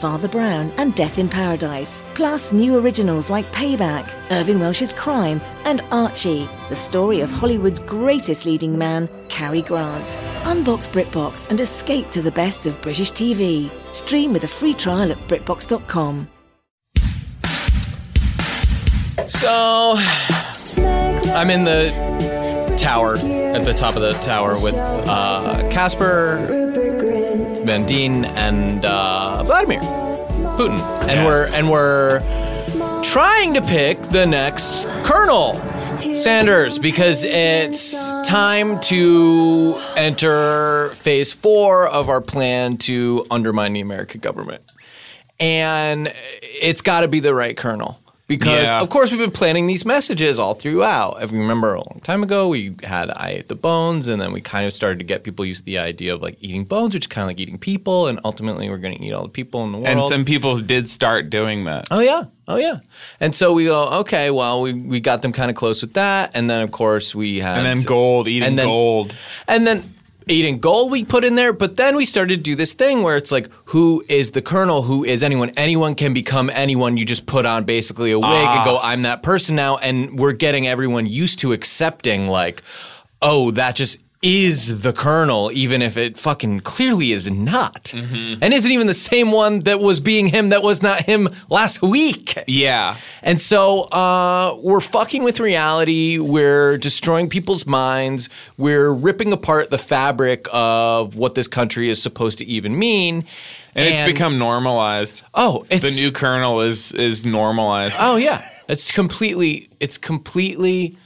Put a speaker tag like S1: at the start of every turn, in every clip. S1: Father Brown, and Death in Paradise, plus new originals like Payback, Irving Welsh's Crime, and Archie, the story of Hollywood's greatest leading man, Cary Grant. Unbox BritBox and escape to the best of British TV. Stream with a free trial at BritBox.com.
S2: So I'm in the tower at the top of the tower with uh, Casper, Van Deen, and uh, Vladimir Putin, and we're and we're trying to pick the next Colonel Sanders because it's time to enter phase four of our plan to undermine the American government, and it's got to be the right Colonel. Because
S3: Yeah.
S2: of course we've been planning these messages all throughout. If you remember a long time ago, we had I ate the bones, and then we kind of started to get people used to the idea of like eating bones, which is kind of like eating people, and ultimately we're going to eat all the people in the world.
S3: And some people did start doing that.
S2: Oh yeah. Oh yeah. And so we go, okay, well, we, we got them kind of close with that. And then of course we had
S3: And then gold, eating
S2: and then-
S3: gold.
S2: And then eating gold we put in there, but then we started to do this thing where it's like, who is the colonel? Who is anyone? Anyone can become anyone. You just put on basically a wig and go,
S3: Ah.
S2: I'm that person now. And we're getting everyone used to accepting like, oh, that just is the colonel, even if it fucking clearly is not,
S3: Mm-hmm.
S2: and isn't even the same one that was being him that was not him last week.
S3: Yeah.
S2: And so uh, we're fucking with reality. We're destroying people's minds. We're ripping apart the fabric of what this country is supposed to even mean.
S3: And, it's become normalized.
S2: oh, it's
S3: the new colonel is is normalized.
S2: Oh yeah, it's completely it's completely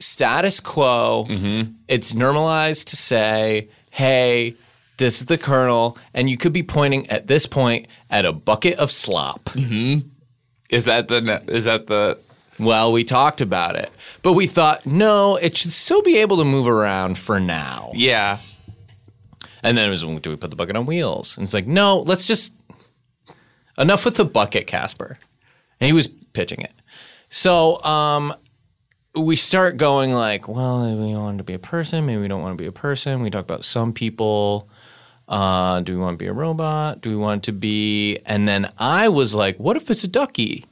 S2: status quo.
S3: Mm-hmm.
S2: It's normalized to say, "Hey, this is the colonel," and you could be pointing at this point at a bucket of slop.
S3: Is that the ne- is that the
S2: Well, we talked about it, but we thought, no, it should still be able to move around for now.
S3: yeah?
S2: And then it was, do we put the bucket on wheels? And it's like, no, let's just enough with the bucket, Casper. And he was pitching it. So um, we start going like, well, we want to be a person. Maybe we don't want to be a person. We talk about some people. Uh, do we want to be a robot? Do we want to be? And then I was like, what if it's a ducky?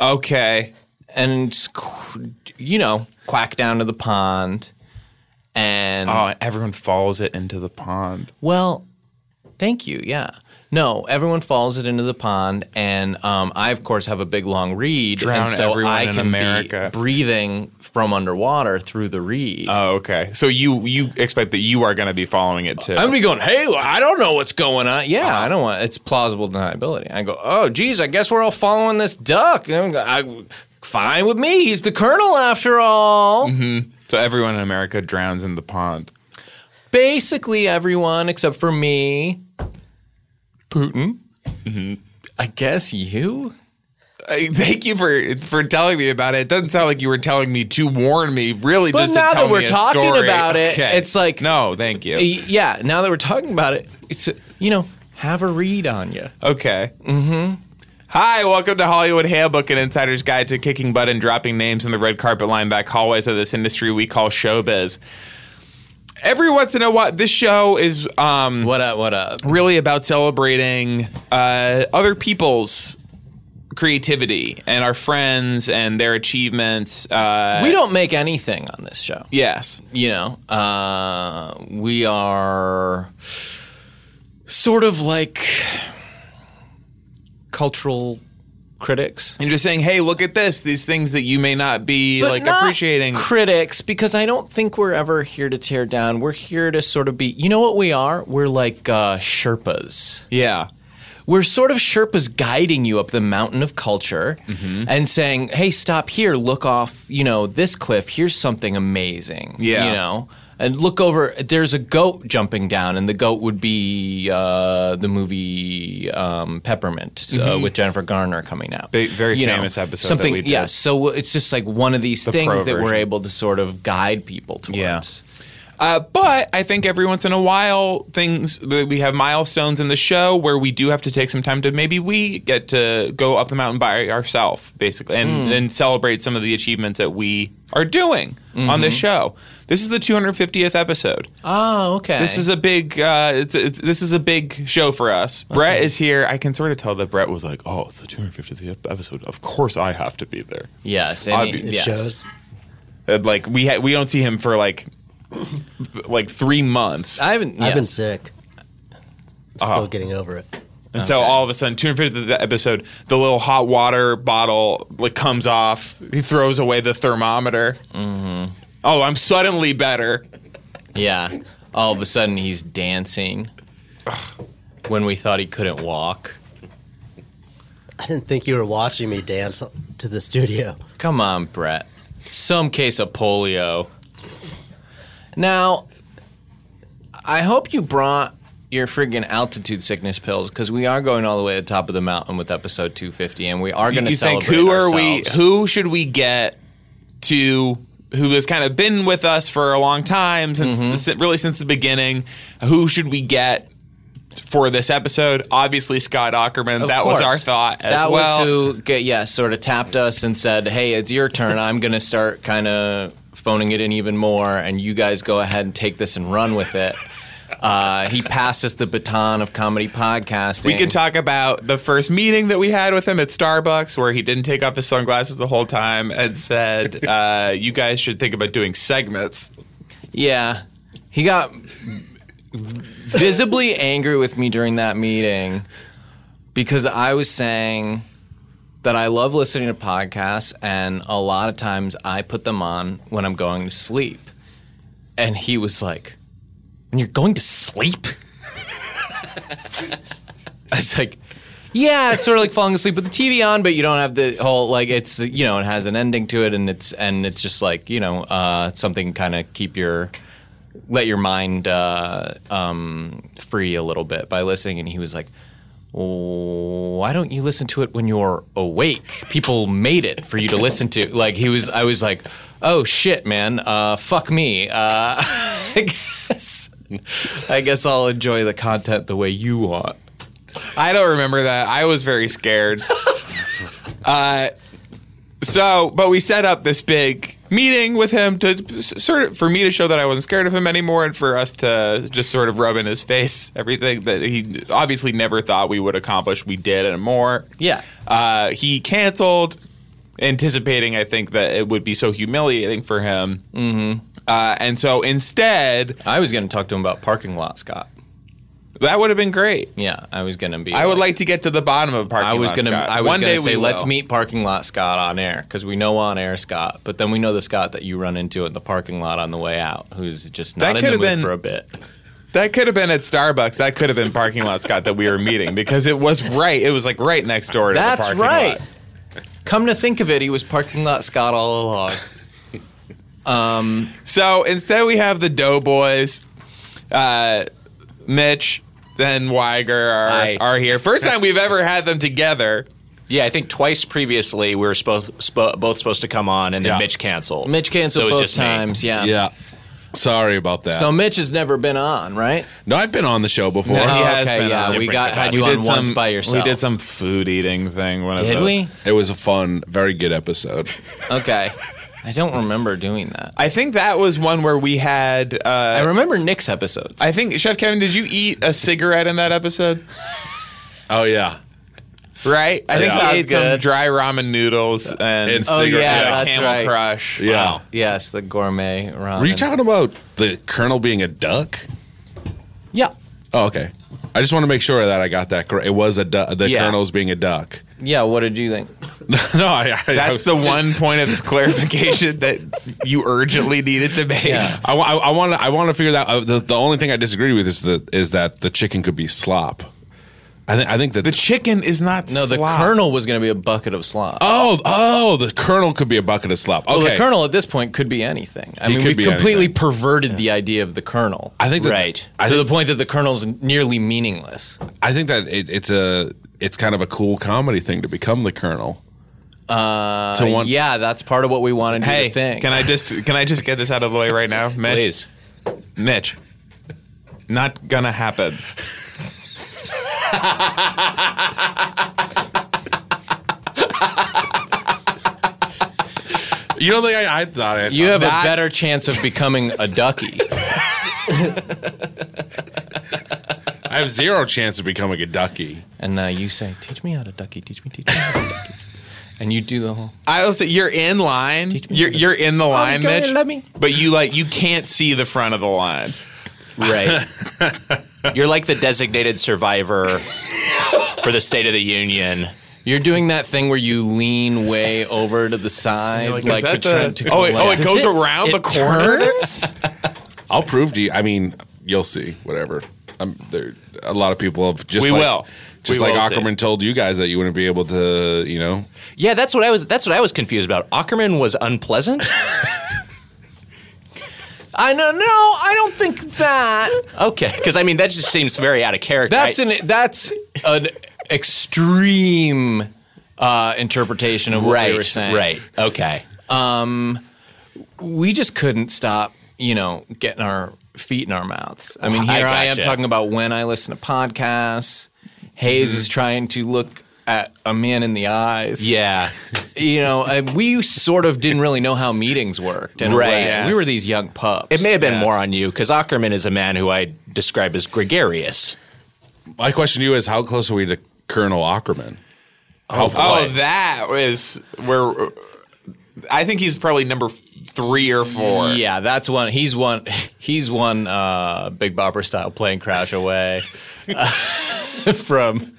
S3: Okay.
S2: and s- qu- you know quack down to the pond and
S3: Oh, everyone follows it into the pond.
S2: well thank you yeah no everyone falls it into the pond and um, i of course have a big long reed
S3: Drown
S2: and so
S3: everyone
S2: i
S3: in
S2: can
S3: America.
S2: be breathing from underwater through the reed
S3: Oh, okay. So you you expect that you are going to be following it too?
S2: I'm gonna be going, hey, well, I don't know what's going on. Yeah,
S3: Uh-huh.
S2: I don't want. It's plausible deniability. I go, oh, geez, I guess we're all following this duck. I'm go- I- fine with me. He's the colonel after all.
S3: Mm-hmm. so everyone in America drowns in the pond.
S2: basically everyone except for me, Putin.
S3: Mm-hmm.
S2: I guess you.
S3: I, thank you for for telling me about it. It doesn't sound like you were telling me to warn me. Really,
S2: But
S3: just
S2: now
S3: to tell
S2: that we're
S3: me a
S2: talking
S3: story.
S2: about it,
S3: Okay.
S2: it's like-
S3: no, thank you.
S2: Y- Yeah. Now that we're talking about it, it's you know have a read on you.
S3: Okay. Mm-hmm. Hi, welcome to Hollywood Handbook, an insider's guide to kicking butt and dropping names in the red carpet line back hallways of this industry we call showbiz. Every once in a while, this show is um,
S2: What up? What up?
S3: really about celebrating uh, other people's creativity and our friends and their achievements. Uh,
S2: We don't make anything on this show.
S3: yes.
S2: You know, uh, we are sort of like cultural critics.
S3: And just saying, hey, look at this. These things that you may not be
S2: but
S3: like
S2: not
S3: appreciating.
S2: critics because I don't think we're ever here to tear down. We're here to sort of be. You know what we are? We're like uh, Sherpas.
S3: yeah.
S2: We're sort of Sherpas guiding you up the mountain of culture
S3: Mm-hmm.
S2: and saying, "Hey, stop here. Look off. You know this cliff. Here's something amazing.
S3: Yeah.
S2: You know." And look over. There's a goat jumping down, and the goat would be uh, the movie um, Peppermint uh, with Jennifer Garner coming out.
S3: Ve- Mm-hmm. very
S2: You know,
S3: famous episode that
S2: Something.
S3: we did.
S2: Yeah. So it's just like one of these
S3: pro
S2: things that we're
S3: version.
S2: able to sort of guide people towards.
S3: Yeah. Uh, but I think every once in a while, things that we have milestones in the show where we do have to take some time to maybe we get to go up the mountain by ourselves, basically, and, and celebrate some of the achievements that we are doing on this show. This is the 250th episode.
S2: Oh, okay.
S3: This is a big. Uh, it's, it's this is a big show for us. Brett is here. I can sort of tell that Brett was like, "Oh, it's the 250th episode. Of course, I have to be there."
S2: yes. I mean,
S3: Obvi- It
S2: yes.
S4: shows.
S3: And, like we ha- we don't see him for like like three months,
S2: I haven't.
S4: I've been
S2: yes.
S4: sick.
S5: Uh-huh.
S4: Still getting over it.
S3: and so all of a sudden, 250th episode, the little hot water bottle like comes off. He throws away the thermometer.
S2: Mm-hmm.
S3: Oh, I'm suddenly better.
S2: Yeah. All of a sudden, he's dancing. When we thought he couldn't walk.
S4: I didn't think you were watching me dance to the studio.
S2: Come on, Brett. Some case of polio. Now, I hope you brought your friggin' altitude sickness pills because we are going all the way to the top of the mountain with episode 250, and we are going to
S3: you
S2: celebrate.
S3: think who are we
S2: ourselves.
S3: who should we get to who has kind of been with us for a long time since
S2: Mm-hmm.
S3: si- really since the beginning who should we get for this episode obviously scott ackerman
S2: Of
S3: that was our
S2: course.
S3: thought as
S2: that
S3: well
S2: was who, get, yeah, sort of tapped us and said, "Hey, it's your turn. I'm going to start kind of phoning it in even more, and you guys go ahead and take this and run with it." Uh, he passed us the baton of comedy podcasting.
S3: we could talk about the first meeting that we had with him at Starbucks, where he didn't take off his sunglasses the whole time and said, uh, "You guys should think about doing segments."
S2: Yeah. He got visibly angry with me during that meeting because I was saying that I love listening to podcasts and a lot of times I put them on when I'm going to sleep. And he was like, "When you're going to sleep?" I was like, yeah, it's sort of like falling asleep with the TV on, but you don't have the whole like it's you know it has an ending to it, and it's and it's just like you know uh, something kind of keep your let your mind uh, um, free a little bit by listening. And he was like, "Why don't you listen to it when you're awake? People made it for you to listen to." Like he was, I was like, "Oh shit, man, uh, fuck me." Uh, I guess I guess I'll enjoy the content the way you want.
S3: I don't remember that. I was very scared. uh, so, but we set up this big meeting with him to s- sort of for me to show that I wasn't scared of him anymore, and for us to just sort of rub in his face everything that he obviously never thought we would accomplish. We did and more.
S2: Yeah.
S3: Uh, he canceled, anticipating I think that it would be so humiliating for him. Mm-hmm. Uh, and so instead,
S2: I was going to talk to him about parking lot, Scott.
S3: that would have been great.
S2: Yeah, I was going to be.
S3: I would like to get to the bottom of parking.
S2: I was
S3: lot,
S2: going to.
S3: Scott.
S2: I was
S3: One
S2: going
S3: day
S2: to say,
S3: we
S2: let's
S3: will."
S2: meet parking lot Scott on air because we know on air Scott, but then we know the Scott that you run into in the parking lot on the way out, who's just
S3: That
S2: not in the
S3: could've
S2: mood
S3: been-
S2: for a bit.
S3: That could have been at Starbucks. That could have been parking lot Scott that we were meeting because it was right. It was like right next door to
S2: That's
S3: the parking
S2: right.
S3: lot.
S2: Come to think of it, he was parking lot Scott all along.
S3: So instead, we have the Doughboys, uh, Mitch, then Weiger
S5: Hi.
S3: are, are here. First time we've ever had them together.
S5: Yeah, I think twice previously we were supposed spo- both supposed to come on, and then
S6: Yeah.
S5: Mitch canceled.
S2: Mitch
S5: So it
S2: canceled
S5: was
S2: both
S5: just me.
S2: times. Yeah.
S6: Yeah. Sorry about that.
S2: So Mitch has never been on, right?
S6: no, I've been on the show before.
S2: No.
S3: He
S2: Oh,
S3: has
S2: okay,
S3: been
S2: yeah,
S3: on
S2: we
S3: different
S2: got- had you
S3: capacities.
S2: on
S3: We did
S2: once
S3: some-
S2: by yourself.
S3: We did some food eating thing. One of
S2: Did
S3: the-
S2: we?
S6: It was a fun, very good episode.
S2: Okay. I don't remember doing that.
S3: I think that was one where we had.
S2: I
S3: Uh,
S2: remember Nick's episodes.
S3: I think Chef Kevin, did you eat a cigarette in that episode?
S6: Oh yeah.
S3: Right? I think
S6: Yeah.
S3: he ate some
S2: Good.
S3: dry ramen noodles and,
S6: And
S3: a
S6: Oh, cigarette-
S2: yeah, that's
S3: Camel
S2: right.
S3: Crush.
S6: Yeah.
S2: yes, the gourmet ramen.
S6: Were you talking about the colonel being a duck?
S2: Yeah.
S6: Oh, okay. I just want to make sure that I got that correct. It was a du- the
S5: Yeah.
S6: colonel's being a duck.
S2: Yeah. What did you think?
S6: no, I, I,
S3: That's the one point of clarification that you urgently needed to make.
S2: Yeah.
S6: I, wa- I want to. I want to figure that. out. The, the only thing I disagree with is the is that the chicken could be slop. I think. I think that
S3: The chicken is not
S2: No, the
S3: slop.
S2: colonel was going to be a bucket of slop.
S6: oh oh the colonel could be a bucket of slop. Okay.
S2: Well, the colonel at this point could be anything. I
S6: He
S2: mean,
S6: could
S2: we've
S6: be
S2: completely
S6: anything.
S2: perverted the idea of the colonel.
S6: I think that,
S5: Right.
S6: I
S2: to
S6: think,
S2: the point that the colonel's nearly meaningless.
S6: I think that it, it's a it's kind of a cool comedy thing to become the colonel.
S2: Uh,
S6: To want-
S2: yeah, that's part of what we wanted to
S3: Hey,
S2: think.
S3: can I just can I just get this out of the way right now, Mitch?
S5: Please.
S3: Mitch, not gonna happen.
S6: You don't think I, I thought it?
S2: You have
S3: That-
S2: a better chance of becoming a ducky.
S6: I have zero chance of becoming a ducky.
S2: And now you say, "Teach me how to ducky. Teach me, teach me." How to ducky. And you do the whole.
S3: I also you're in line.
S2: Teach me
S3: You're
S2: how to- Oh,
S3: you're in the line,
S2: go ahead,
S3: Mitch.
S2: let me.
S3: But you like you can't see the front of the line.
S2: Right.
S5: You're like the designated survivor for the State of the Union.
S2: You're doing that thing where you lean way over to the side,
S3: like,
S2: like,
S3: is
S2: to
S3: that
S2: try
S3: the-
S2: to.
S3: oh, it- oh, it
S2: Does
S3: goes around the corner?
S2: turns?
S6: I'll prove to you. I mean, you'll see. Whatever. I'm, there, a lot of people have just
S3: We
S6: like,
S3: will.
S6: Just
S3: We
S6: like
S3: will see.
S6: Ackerman told you guys that you wouldn't be able to, you know.
S5: Yeah, that's what I was. That's what I was confused about. Ackerman was unpleasant.
S2: I know. No, I don't think that.
S5: Okay, because I mean that just seems very out of character.
S2: That's
S5: I-
S2: an that's an extreme uh, interpretation of what
S5: right,
S2: we were saying.
S5: right. Okay,
S2: We just couldn't stop, you know, getting our feet in our mouths. I mean,
S5: I
S2: here I, am
S5: gotcha.
S2: talking about when I listen to podcasts. Hayes is trying to look at a man in the eyes.
S5: Mm-hmm. yeah.
S2: you know, and we sort of didn't really know how meetings worked. In a
S5: Right,
S2: way.
S5: yes.
S2: We were these young pups.
S5: It may have been
S2: Yes.
S5: more on you because Ackerman is a man who I describe as gregarious.
S6: My question to you is, how close are we to Colonel Ackerman? How,
S3: Oh, that was where I think he's probably number three or four.
S2: Yeah, that's one. He's one. He's one. Uh, Big Bopper style plane crash away uh, from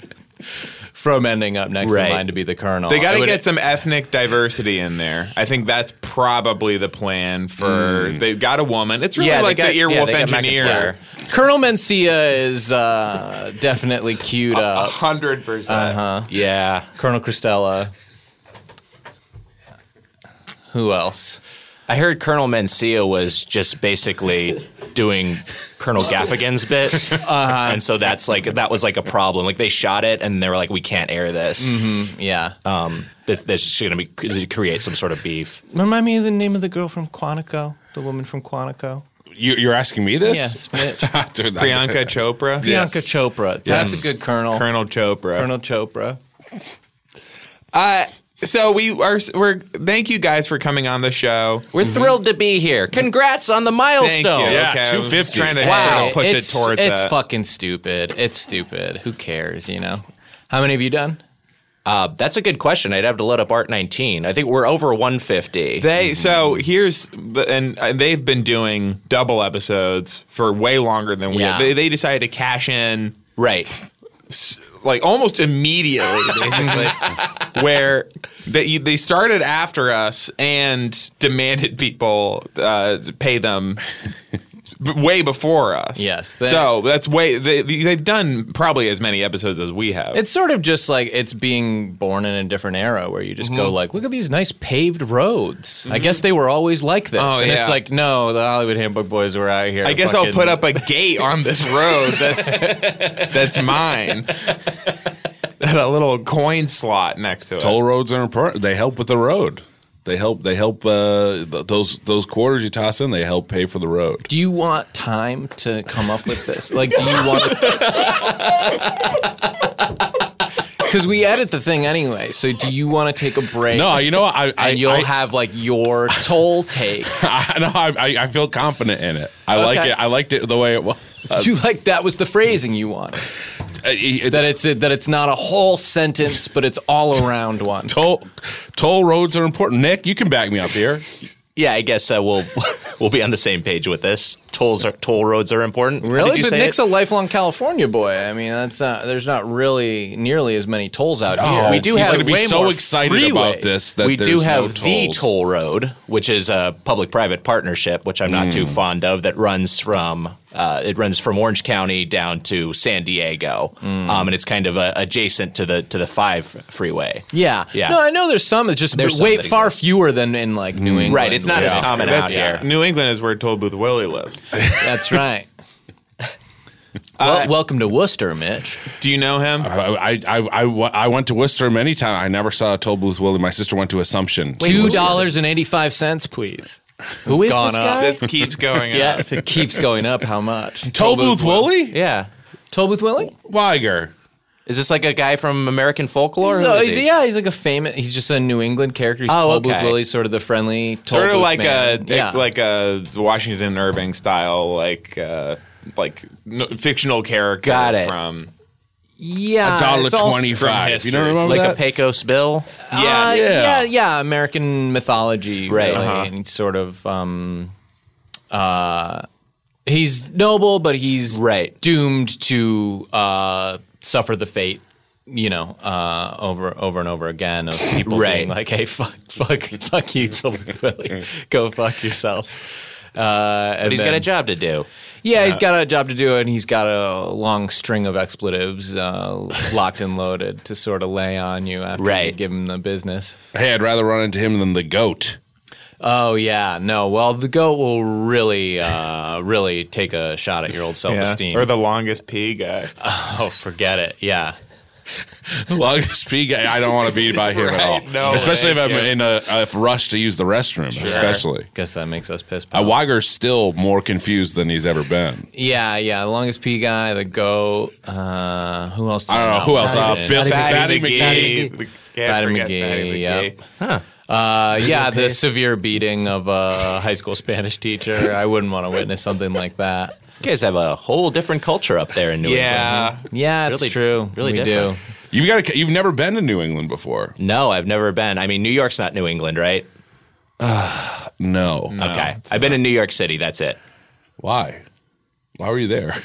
S2: from ending up next
S5: Right.
S2: in line to be the colonel.
S3: They got
S2: It
S3: to
S2: would-
S3: get some ethnic diversity in there. I think that's probably the plan for.
S2: Mm.
S3: They got a woman. It's really
S5: Yeah, they
S3: like
S5: got-
S3: the
S5: yeah,
S3: earwolf
S5: they got
S3: engineer.
S2: Colonel Mencia is uh, definitely queued up.
S3: Hundred percent.
S2: Uh-huh.
S5: Yeah,
S2: Colonel Cristela. Who else?
S5: I heard Colonel Mencia was just basically doing Colonel Gaffigan's bits,
S2: Uh-huh.
S5: and so that's like that was like a problem. Like they shot it, and they were like, "We can't air this.
S2: Mm-hmm. Yeah.
S5: Um, this this is going to be create some sort of beef."
S2: Remind me of the name of the girl from Quantico, the woman from Quantico.
S6: you, you're asking me this?
S2: Yes, Mitch.
S6: Dude, that-
S3: Priyanka Chopra.
S2: Bianca Chopra. That's a
S6: Yes.
S2: good colonel.
S3: Colonel Chopra.
S2: Colonel Chopra.
S3: Uh, so we are. We're. Thank you guys for coming on the show.
S5: We're thrilled to be here. Congrats on the
S3: Thank you.
S5: milestone.
S6: Yeah,
S3: okay, I was just
S6: 250.
S3: trying to
S2: Wow,
S3: sort of push
S2: it's,
S3: it towards
S2: it's
S3: that.
S2: fucking stupid. It's stupid. Who cares? You know. How many have you done?
S5: Uh, that's a good question. I'd have to load up Art 19. I think we're over 150.
S3: They so here's the, and, and they've been doing double episodes for way longer than we.
S5: Yeah.
S3: Have. They they decided to cash in
S5: right.
S3: like almost immediately, basically, where they they started after us and demanded people uh, pay them b- way before us.
S2: Yes, they-
S3: so that's way they they- they've done probably as many episodes as we have.
S2: It's sort of just like it's being born in a different era where you just
S3: Mm-hmm.
S2: go like, look at these nice paved roads. I guess they were always like this.
S3: Oh,
S2: and
S3: yeah.
S2: it's like, no, the Hollywood Handbook boys were out here.
S3: I guess I'll
S2: fucking-
S3: put up a gate on this road that's that's mine. And a little coin slot next to it.
S6: Toll roads are important. They help with the road. They help. They help. Uh, th- those those quarters you toss in, they help pay for the road.
S2: Do you want time to come up with this? Like, do you want? Because we edit the thing anyway. So, do you want to take a break?
S6: No, you know what? I, I
S2: and you'll
S6: I,
S2: have like your toll take.
S6: I, no, I, I- I feel confident in it. I like
S2: Okay.
S6: it. I liked it the way it was.
S2: you like that was the phrasing you wanted. That it's a, that it's not a whole sentence, but it's all around one.
S6: toll toll roads are important. Nick, you can back me up here.
S5: Yeah, I guess uh, we'll we'll be on the same page with this. Tolls are, toll roads are important. How did
S2: Really,
S5: you
S2: but
S5: say
S2: Nick's
S5: it?
S2: a lifelong California boy. I mean, that's not. There's not really nearly as many tolls out here.
S5: Oh, we do
S6: he's
S5: have
S6: gonna
S5: way
S6: be so
S5: more
S6: excited
S5: freeways.
S6: about this that
S5: we do
S6: there's no
S5: have the
S6: tolls.
S5: toll road, which is a public-private partnership, which I'm not too
S6: Mm.
S5: fond of. That runs from uh, it runs from Orange County down to San Diego,
S6: Mm.
S5: um, and it's kind of uh, adjacent to the to the five freeway.
S2: Yeah.
S5: Yeah.
S2: No, I know there's some. It's just
S5: There's
S2: way
S5: some that
S2: far
S5: exist. Mm.
S2: fewer than in like New England.
S5: Right, it's not
S2: or
S5: as
S2: something.
S5: common out
S3: That's-
S5: here.
S3: New England is where Toll Booth Willie lives.
S2: That's right. well, welcome to Worcester, Mitch.
S3: Do you know him?
S6: I, I, I, I went to Worcester many times. I never saw a toll booth. Willie, my sister went to Assumption.
S2: Two dollars and eighty-five cents, please. Who
S5: is this guy?
S3: That keeps going up.
S2: Yes, it keeps going up. How much?
S6: Tollbooth Woolley?
S2: Yeah. Tollbooth Willie?
S6: Weiger.
S5: Is this like a guy from American folklore?
S2: No,
S5: Who is
S2: he's,
S5: he?
S2: yeah, he's like a famous. He's just a New England character. He's
S5: Oh,
S2: Tollbooth
S5: okay.
S2: Willie, sort of the friendly, Tollbooth
S3: Sort of like
S2: man.
S3: a
S2: yeah.
S3: like a Washington Irving style, like uh, like no, fictional character
S5: Got it.
S3: from
S2: yeah,
S6: Dollar
S2: Uh, it's all-
S6: twenty five. You
S3: history.
S6: don't remember
S5: Like
S6: that?
S5: a Pecos Bill?
S2: Uh,
S3: Yeah.
S2: yeah,
S6: Yeah.
S2: yeah, American mythology,
S5: Right.
S2: Really.
S5: Uh-huh.
S2: And he's sort of, um, uh, he's noble, but he's
S5: Right.
S2: doomed to uh, suffer the fate. You know, uh, over over and over again of people
S5: Right.
S2: being like, "Hey, fuck, fuck, fuck you, Tollbooth Willie, go fuck yourself." Uh, and
S5: But he's
S2: then-
S5: got a job to do.
S2: Yeah, he's got a job to do, and he's got a long string of expletives uh, locked and loaded to sort of lay on you after you
S5: Right.
S2: give him the business.
S6: hey, I'd rather run into him than the goat.
S2: Oh yeah, no. Well, the goat will really, uh, really take a shot at your old self-esteem.
S3: or the longest pee guy.
S5: Uh,
S2: oh, forget it. Yeah,
S6: Well, speak. I don't want to be by him
S3: Right,
S6: at all.
S3: no,
S6: especially if I'm
S3: thank you.
S6: in a, a rush to use the restroom. Especially,
S2: guess that makes us piss.
S6: uh,
S2: poor.
S6: Weiger's still more confused than he's ever been.
S2: yeah, yeah. The longest pee guy, the goat. Uh, who else? Do
S6: I
S2: you
S6: don't know who else. Uh, Bill
S4: Fatty
S6: Fatty McGee.
S3: The-
S4: McGee.
S3: can't
S2: Fatty
S3: forget
S2: McGee,
S3: Fatty
S2: yep. Uh, yeah, the severe beating of a high school Spanish teacher. I wouldn't want to witness something like that.
S5: You guys have a whole different culture up there in New England.
S3: Yeah,
S2: Yeah, it's
S5: Really-
S2: true.
S5: really
S2: we
S5: different.
S2: do.
S6: You've got. To, you've never been to New England before.
S5: No, I've never been. I mean, New York's not New England, right?
S6: No. Uh,
S5: okay. I've been in New York City. That's it.
S6: Why? Why were you there?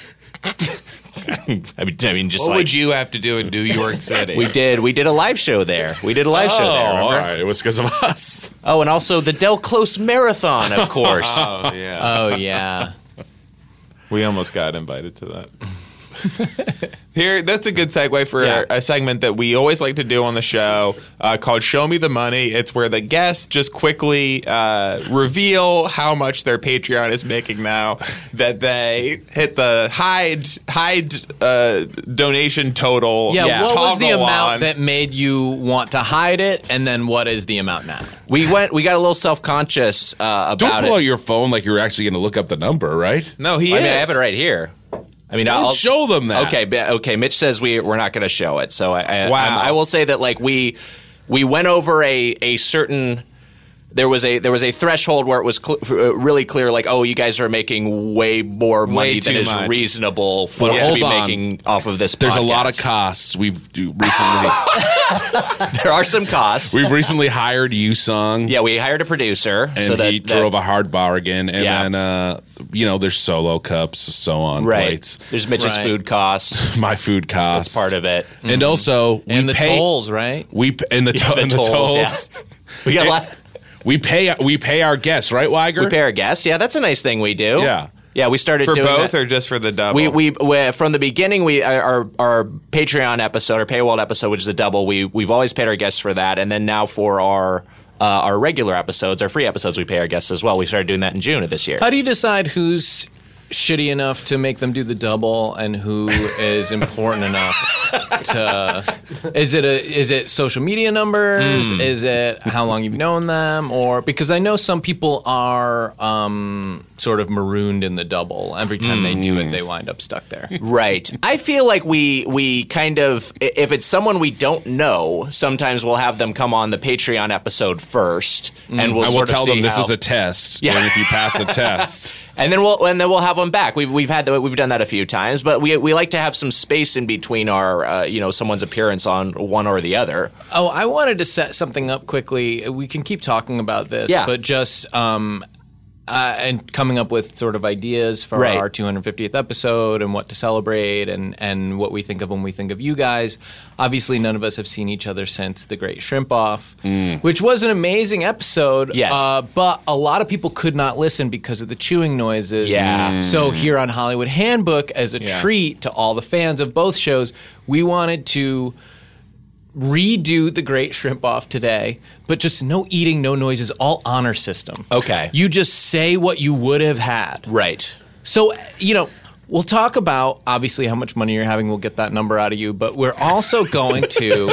S5: I mean, I mean just
S3: what
S5: like
S3: would you have to do in New York City?
S5: we did. We did a live show there. We did a live show
S3: Oh.
S5: there. remember?
S6: It was because of us.
S5: Oh, and also the Del Close Marathon, of course.
S3: oh yeah,
S2: Oh yeah.
S3: we almost got invited to that. Here, that's a good segue for
S5: Yeah.
S3: a segment that we always like to do on the show uh, called "Show Me the Money." It's where the guests just quickly uh, reveal how much their Patreon is making now that they hit the hide hide uh, donation total.
S2: Yeah, what was the
S3: toggle
S2: amount
S3: on.
S2: that made you want to hide it, and then what is the amount now?
S5: we went. We got a little self conscious uh, about
S6: Don't pull out
S5: it.
S6: your phone like you're actually going to look up the number, right?
S3: No, he
S5: I
S3: is.
S5: mean, I have it right here. I mean,
S6: Don't
S5: I'll
S6: show them that.
S5: Okay, but- okay. Mitch says we we're not going to show it. So I I,
S3: Wow.
S5: I'm- I will say that like we we went over a a certain there was a there was a threshold where it was cl- uh, really clear like oh you guys are making way more money than
S3: too
S5: is
S3: much.
S5: reasonable for
S6: But
S5: us to
S6: hold
S5: be
S6: on.
S5: making off of this.
S6: There's a lot of
S5: podcast.
S6: costs we've do recently.
S5: there are some costs.
S6: we've recently hired you, Song.
S5: yeah, we hired a producer
S6: And
S5: so that
S6: he
S5: that-
S6: drove a hard bargain, and
S5: Yeah.
S6: then uh, you know there's solo cups, so on
S5: right.
S6: plates,
S5: There's Mitch's
S2: Right.
S5: food costs.
S6: my food costs,
S5: That's part of Mm-hmm. it.
S6: and also we
S2: And the
S6: pay,
S2: tolls, right?
S6: we p- and the, to- and the tolls,
S5: yeah. we got a lot.
S6: we pay we pay our guests, right, Weiger?
S5: We pay our guests. Yeah, that's a nice thing we do.
S6: Yeah.
S5: Yeah, we started
S3: for
S5: doing
S3: both
S5: that.
S3: or just for the double?
S5: we, we we from the beginning we our our Patreon episode our paywall episode which is a double we we've always paid our guests for that and then now for our uh, our regular episodes our free episodes we pay our guests as well we started doing that in June of this year
S2: How do you decide who's shitty enough to make them do the double and who is important enough to is it a is it social media numbers is it how long you've known them or because i know some people are um, sort of marooned in the double every time they do it they wind up stuck there
S5: Right. I feel like we we kind of i- if it's someone we don't know, sometimes we'll have them come on the Patreon episode first, and we'll
S6: Mm-hmm. I will
S5: sort of
S6: tell
S5: see
S6: them this
S5: how-
S6: is a test,
S5: Yeah.
S6: and if you pass the test,
S5: and then we'll and then we'll have them back. We've we've had the, we've done that a few times, but we we like to have some space in between our uh, you know someone's appearance on one or the other.
S2: Oh, I wanted to set something up quickly. We can keep talking about this,
S5: Yeah.
S2: but just um, uh, and coming up with sort of ideas for
S5: Right.
S2: our 250th episode and what to celebrate and and what we think of when we think of you guys. Obviously, none of us have seen each other since the Great Shrimp Off, which was an amazing episode.
S5: Mm. Yes.
S2: uh, but a lot of people could not listen because of the chewing noises.
S5: Yeah. Mm.
S2: So here on Hollywood Handbook, as a treat to all the fans of both shows, we wanted to redo the great shrimp off today, but just no eating, no noises, all honor system.
S5: Okay.
S2: You just say what you would have had.
S5: Right.
S2: So, you know, we'll talk about obviously how much money you're having. We'll get that number out of you, but we're also going to.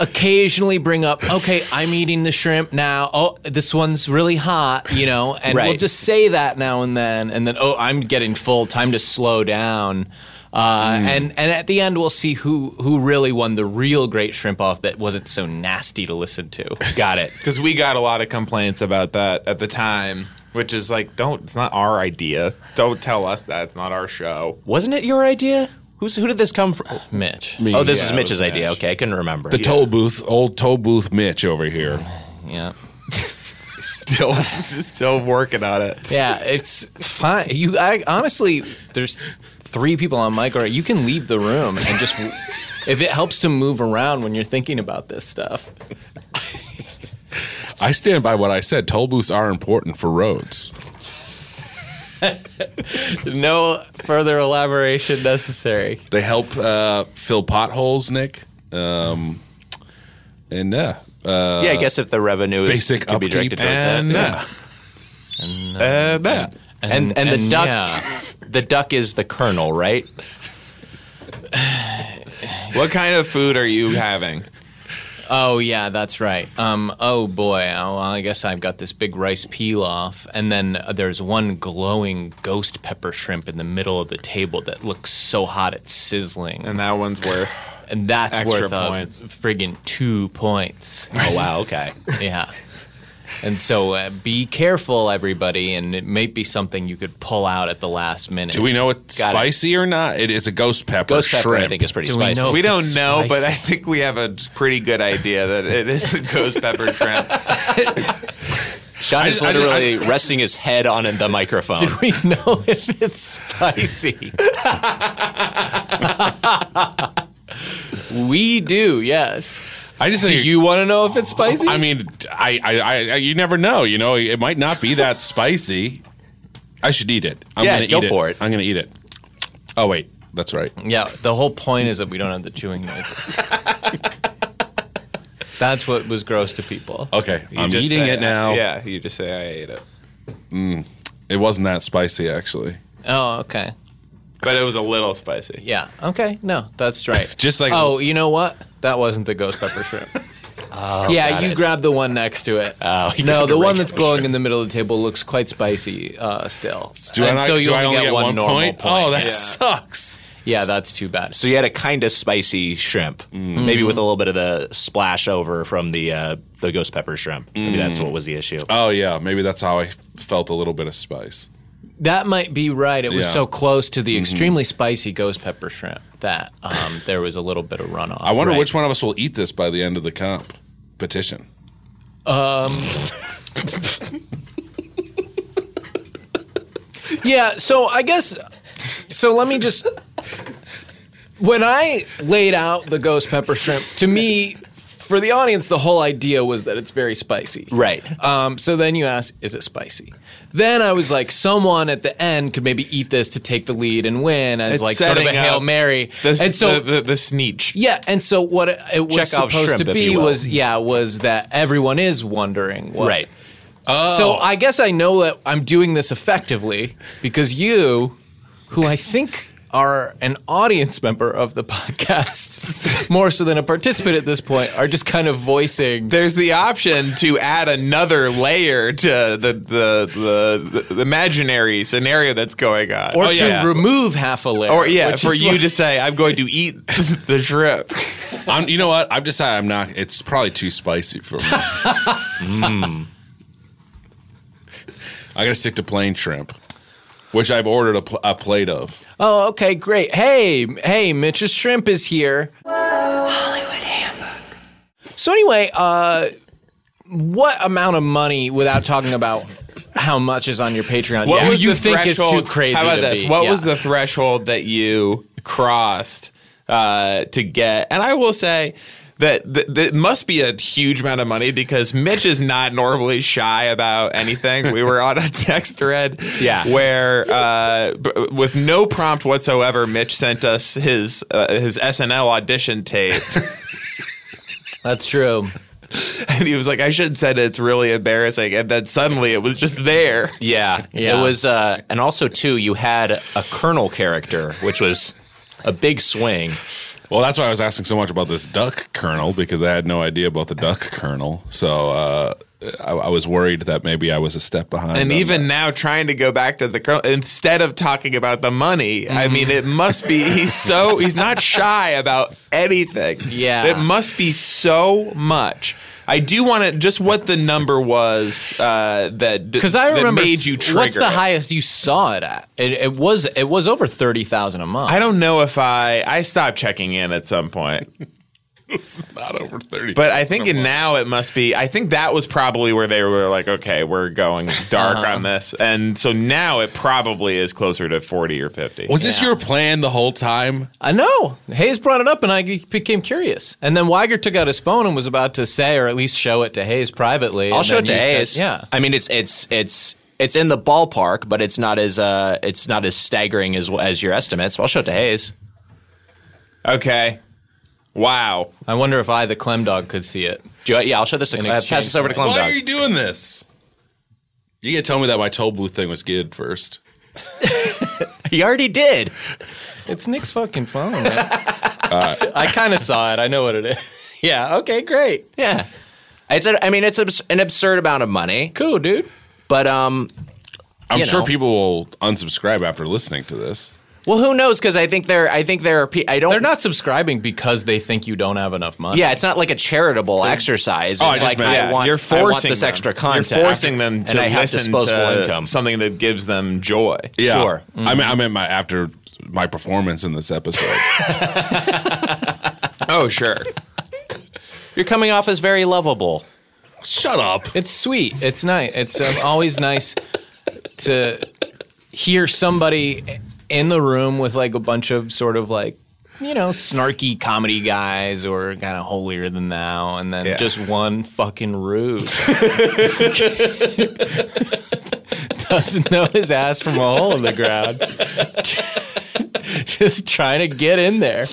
S2: occasionally bring up, okay, I'm eating the shrimp now. Oh, this one's really hot, you know, and we'll
S5: Right.
S2: just say that now and then. And then, oh, I'm getting full. Time to slow down.
S5: Mm.
S2: Uh, And and at the end, we'll see who who really won the real great shrimp off that wasn't so nasty to listen to.
S5: Got it.
S3: Because we got a lot of complaints about that at the time, which is like, don't. It's not our idea. Don't tell us that. It's not our show.
S5: Wasn't it your idea? Who's who did this come from?
S2: Mitch.
S5: oh, this is
S6: Yeah, it
S5: Mitch's
S6: was
S5: idea.
S6: Mitch.
S5: Okay, I couldn't remember.
S6: The toll booth, old toll booth Mitch over here.
S2: Yeah.
S3: Still, still working on it.
S2: Yeah, it's fine. You I, honestly, there's three people on mic right. You can leave the room and just if it helps to move around when you're thinking about this stuff.
S6: I stand by what I said. Toll booths are important for roads.
S2: No further elaboration necessary.
S6: They help uh, fill potholes, Nick. Um, and uh, uh,
S5: yeah, I guess if the revenue is,
S6: basic
S5: could be directed
S6: upkeep
S5: towards that.
S6: and uh,
S3: And that.
S5: And and, the
S2: and
S5: duck,
S2: yeah.
S5: the duck is the colonel, right?
S3: What kind of food are you having?
S2: Oh yeah, that's right. Um. Oh boy. Oh, well, I guess I've got this big rice pilaf, and then uh, there's one glowing ghost pepper shrimp in the middle of the table that looks so hot it's sizzling,
S3: And that one's worth.
S2: and that's
S3: Extra
S2: worth uh,
S3: points.
S2: friggin' two points.
S5: Oh wow, okay.
S2: yeah. And so uh, be careful, everybody, and it may be something you could pull out at the last minute.
S6: do we know it's
S5: Got it.
S6: spicy or not? It is a ghost pepper.
S5: Ghost pepper,
S6: shrimp.
S5: I think, is pretty
S2: Do we
S5: spicy.
S2: know-
S3: We
S2: If
S3: don't
S2: Oh, it's
S3: know, but
S2: spicy.
S3: I think we have a pretty good idea that it is the ghost pepper shrimp.
S5: Sean is
S6: I- I-
S5: literally resting his head on the microphone.
S2: Do we know if it's spicy? we do, yes.
S6: I just think
S2: You want to know if it's spicy?
S6: I mean, I, I, I, you never know. You know, it might not be that spicy. I should eat it. I'm
S5: Yeah,
S6: gonna
S5: go
S6: eat
S5: for it.
S6: I'm gonna eat it. Oh wait, that's right.
S2: yeah, the whole point is that we don't have the chewing noises. That's what was gross to people.
S6: Okay,
S3: You
S6: I'm
S3: just
S6: eating
S3: say,
S6: it now.
S3: Yeah, you just say I ate it,
S6: It wasn't that spicy actually.
S2: Oh, okay.
S3: but it was a little spicy.
S2: Yeah. Okay. No, that's right.
S6: Just like-
S2: oh, you know what? That wasn't the ghost pepper shrimp.
S6: Oh,
S2: yeah, you grabbed the one next to it.
S5: Oh, you
S2: no,
S5: grabbed
S2: the
S5: the
S2: one
S5: regular
S2: that's glowing in the middle of the table looks quite spicy uh, still.
S6: Do
S2: and
S6: I, not-
S2: so you
S6: do I only
S2: get, one, normal point?
S6: Oh, that
S3: Yeah.
S6: sucks.
S2: yeah, that's too bad.
S5: So you had a kind of spicy shrimp,
S2: Mm-hmm.
S5: maybe with a little bit of the splash over from the uh, the ghost pepper shrimp. Maybe that's
S2: Mm.
S5: what was the issue.
S6: Oh yeah, maybe that's how I felt a little bit of spice.
S2: That might be right. It was
S6: Yeah. Mm-hmm.
S2: so close to the extremely spicy ghost pepper shrimp that um, there was a little bit of runoff.
S6: I wonder which one of us will eat this by the end of the competition.
S2: Yeah, so I guess so let me just when I laid out the ghost pepper shrimp, to me for the audience the whole idea was that it's very spicy.
S5: Right.
S2: Um so then you asked is it spicy? Then I was like someone at the end could maybe eat this to take the lead and win as
S3: It's
S2: like sort of a
S3: setting up
S2: Hail Mary.
S3: The,
S2: and so
S3: the, the, the sneech.
S2: yeah, and so what it, it was
S5: Chekhov's
S2: supposed
S5: shrimp,
S2: to
S5: if
S2: be
S5: you will.
S2: was yeah, was that everyone is wondering what
S5: Right.
S2: so I guess I know that I'm doing this effectively because you, who I think are an audience member of the podcast, more so than a participant at this point, are just kind of voicing.
S3: There's the option to add another layer to the the, the, the imaginary scenario that's going on.
S2: or
S3: Oh,
S2: to
S3: yeah.
S2: remove half a layer.
S3: or yeah,
S2: which
S3: for
S2: is
S3: you
S2: what-
S3: to say I'm going to eat the shrimp.
S6: I'm, you know what? I've decided I'm not. It's probably too spicy for me. Mm. I gotta stick to plain shrimp, which I've ordered a, pl- a plate of.
S2: Oh, okay, great. Hey, hey, Mitch's shrimp is here. Hollywood Handbook. So anyway, uh, what amount of money, without talking about how much is on your Patreon,
S3: What
S2: do
S3: was
S2: you
S3: the
S2: think is too
S3: threshold-
S2: crazy?
S3: How about
S2: to
S3: this?
S2: be?
S3: What was
S2: Yeah.
S3: the threshold that you crossed uh, to get? And I will say that th- that must be a huge amount of money because Mitch is not normally shy about anything. we were on a text thread,
S5: Yeah.
S3: where uh, b- with no prompt whatsoever, Mitch sent us his uh, his SNL audition tape.
S2: That's true.
S3: and he was like, I should said it's really embarrassing. And then suddenly it was just there.
S5: Yeah,
S2: Yeah.
S5: It was, uh, and also too, you had a colonel character, which was a big swing.
S6: Well, that's why I was asking so much about this duck kernel because I had no idea about the duck kernel. So uh, I, I was worried that maybe I was a step behind.
S3: And
S6: on
S3: even
S6: that.
S3: now, trying to go back to the colonel instead of talking about the money. I mean,
S2: Mm.
S3: it must be he's so he's not shy about anything.
S5: Yeah.
S3: it must be so much. I do want to just what the number was uh, that
S2: Because I
S3: that
S2: remember
S3: made you trigger.
S2: What's the
S3: it.
S2: highest you saw it at? It, it was it was over thirty thousand a month.
S3: I don't know if I I stopped checking in at some point,
S6: not over thirty.
S3: but I think in now it must be. I think that was probably where they were like, okay, we're going dark
S2: Uh-huh.
S3: on this, and so now it probably is closer to forty or fifty.
S6: was this your plan the whole time?
S2: I know. Hayes brought it up, and I g- became curious. And then Weiger took out his phone and was about to say, or at least show it to Hayes privately.
S5: I'll
S2: and
S5: show
S2: then
S5: it to
S2: you said-
S5: Hayes.
S2: yeah.
S5: I mean it's it's it's it's in the ballpark, but it's not as uh it's not as staggering as as your estimates. I'll show it to Hayes.
S3: Okay. Wow.
S2: I wonder if I, the Clem dog, could see it.
S5: Do you, yeah, I'll show this to
S2: In
S5: uh,
S2: exchange
S5: pass this over to
S2: for it.
S5: Clem
S6: Why
S5: Dog.
S6: are you doing this? You gotta tell me that my toll booth thing was good first.
S5: He already did.
S2: It's Nick's fucking phone. Uh, I kind of saw it. I know what it is. Yeah. Okay. Great.
S5: Yeah. It's a, I mean it's abs- an absurd amount of money,
S2: Cool, dude.
S5: but um
S6: I'm
S5: You
S6: sure
S5: know.
S6: people will unsubscribe after listening to this.
S5: well who knows cuz I think there I think there are pe- I don't
S2: They're not subscribing because they think you don't have enough money.
S5: Yeah, it's not like a charitable exercise.
S6: I
S3: Oh,
S5: it's
S6: just
S5: like
S6: meant-
S5: Oh, I
S6: yeah,
S5: want
S3: you're
S5: I
S3: forcing
S5: want this
S3: them.
S5: extra content.
S3: You're forcing them to
S5: and I have
S3: listen
S5: disposable
S3: to
S5: income.
S3: something that gives them joy.
S5: Sure.
S6: I mean, I meant my after my performance in this episode.
S3: Oh, sure.
S5: You're coming off as very lovable.
S6: Shut up.
S2: It's sweet. It's nice. It's um, always nice to hear somebody in the room with like a bunch of sort of like you know snarky comedy guys or kind of holier than thou, and then
S3: Yeah.
S2: just one fucking rude doesn't know his ass from a hole in the ground. just trying to get in there.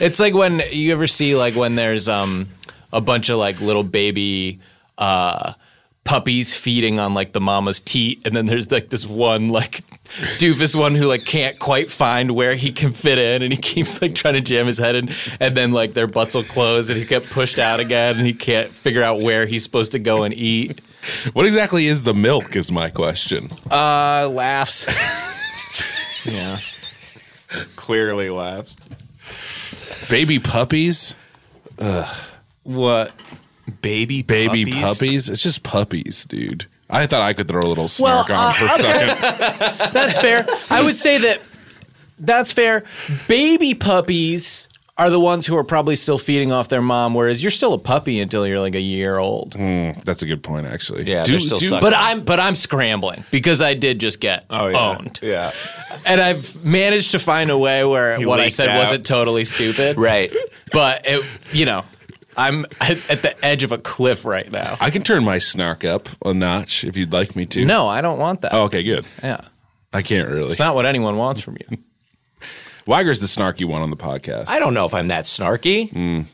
S2: It's like when you ever see like when there's um a bunch of like little baby uh puppies feeding on like the mama's teat and then there's like this one like doofus one who like can't quite find where he can fit in and he keeps like trying to jam his head in and then like their butts will close and he get pushed out again and he can't figure out where he's supposed to go and eat.
S6: What exactly is the milk? Is my question.
S2: Uh laughs. yeah.
S3: Clearly laughs.
S6: Baby puppies.
S2: What
S3: Baby
S6: Baby
S3: puppies?
S6: puppies? It's just puppies, dude. I thought I could throw a little snark
S2: Well,
S6: on
S2: uh,
S6: for a second.
S2: That's fair. I would say that that's fair. Baby puppies are the ones who are probably still feeding off their mom, whereas you're still a puppy until you're like a year old.
S6: That's a good point, actually.
S5: Yeah,
S6: do,
S5: they're still
S6: do-
S5: sucking.
S2: Hmm. But I'm but I'm scrambling because I did just get
S3: Oh, yeah.
S2: owned,
S3: Yeah.
S2: and I've managed to find a way where what I
S3: leaked
S2: said
S3: out.
S2: wasn't totally stupid,
S5: Right.
S2: But it, you know, I'm at, at the edge of a cliff right now.
S6: I can turn my snark up a notch if you'd like me to.
S2: No, I don't want that.
S6: Oh, okay, good.
S2: Yeah,
S6: I can't really.
S2: it's not what anyone wants from you.
S6: Weiger's the snarky one on the podcast.
S5: I don't know if I'm that snarky.